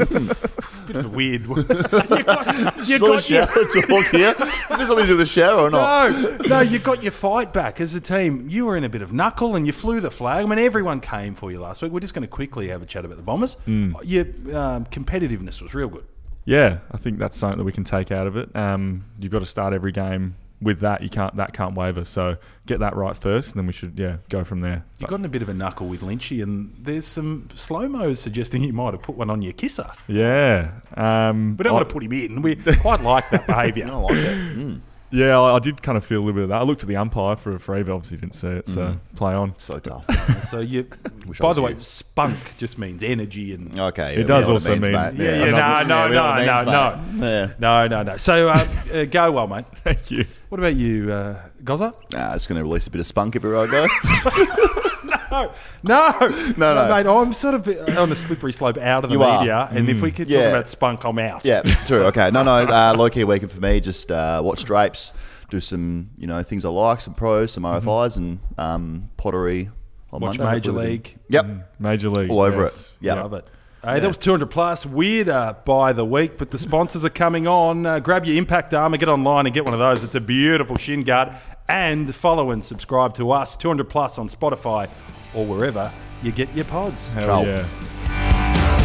bit of a weird. one. you got, you got
Is all the
your,
shower talk here. Is this something to do with the shower or not?
no, no, you got your fight back as a team. You were in a bit of knuckle and you flew the flag. I mean, everyone came for you last week. We're just going to quickly have a chat about the Bombers.
Mm.
Your um, competitiveness was real good.
Yeah, I think that's something that we can take out of it. Um, you've got to start every game with that. You can't that can't waver. So get that right first, and then we should yeah go from there.
You got in a bit of a knuckle with Lynchy, and there's some slow mos suggesting you might have put one on your kisser.
Yeah. Um,
We don't
I-
want to put him in. We quite like that behaviour.
I like it. Mm,
Yeah, I, I did kind of feel a little bit of that. I looked at the umpire for a free, but obviously didn't see it.
Mm.
So play on.
so tough.
So you,
Wish I
by
was
the way,
you.
spunk just means energy and
Okay. yeah,
It
we
does
know what
also
means,
mean-
mate.
Yeah, yeah,
we know-
no,
yeah, we know what it
no, no,
means,
no,
mate.
No, no, no. So uh, uh, go well, mate.
Thank you.
What about you, uh, Goza?
Yeah. Nah, just going to release a bit of spunk everywhere I go.
No, no,
No, no.
mate. I'm sort of on a slippery slope out of the
You are.
media, and if we could talk
Yeah.
about spunk, I'm out.
Yeah, true. Okay, no, no, uh, low key weekend for me. Just uh, watch drapes, do some you know things I like, some pros, some RFIs, and um, pottery. On
Watch
Monday,
Major
hopefully.
League. Mm.
Yep,
Major League.
all over
yes.
it. Yeah,
Love it. Hey, that was 200 plus. Weird uh, by the week, but the sponsors are coming on. Uh, grab your impact armor, get online and get one of those. It's a beautiful shin guard. And follow and subscribe to us, 200 plus on Spotify or wherever you get your pods.
Ciao.
Hell yeah.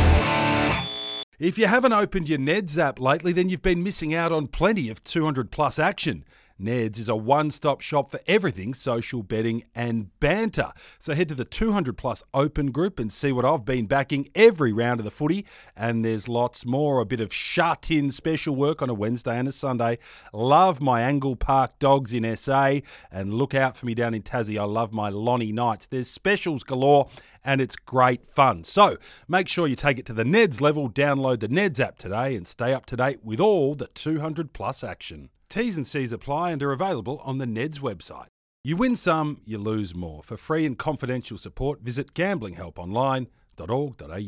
If you haven't opened your Neds app lately, then you've been missing out on plenty of 200 plus action. Neds is a one stop shop for everything social betting and banter. So head to the 200 plus open group and see what I've been backing every round of the footy. And there's lots more a bit of shut in special work on a Wednesday and a Sunday. Love my Angle Park dogs in SA and look out for me down in Tassie. I love my Lonnie Knights. There's specials galore and it's great fun. So make sure you take it to the Neds level, download the Neds app today, and stay up to date with all the 200 plus action. T's and C's apply and are available on the Neds website. You win some, you lose more. For free and confidential support, visit gamblinghelponline.org.au.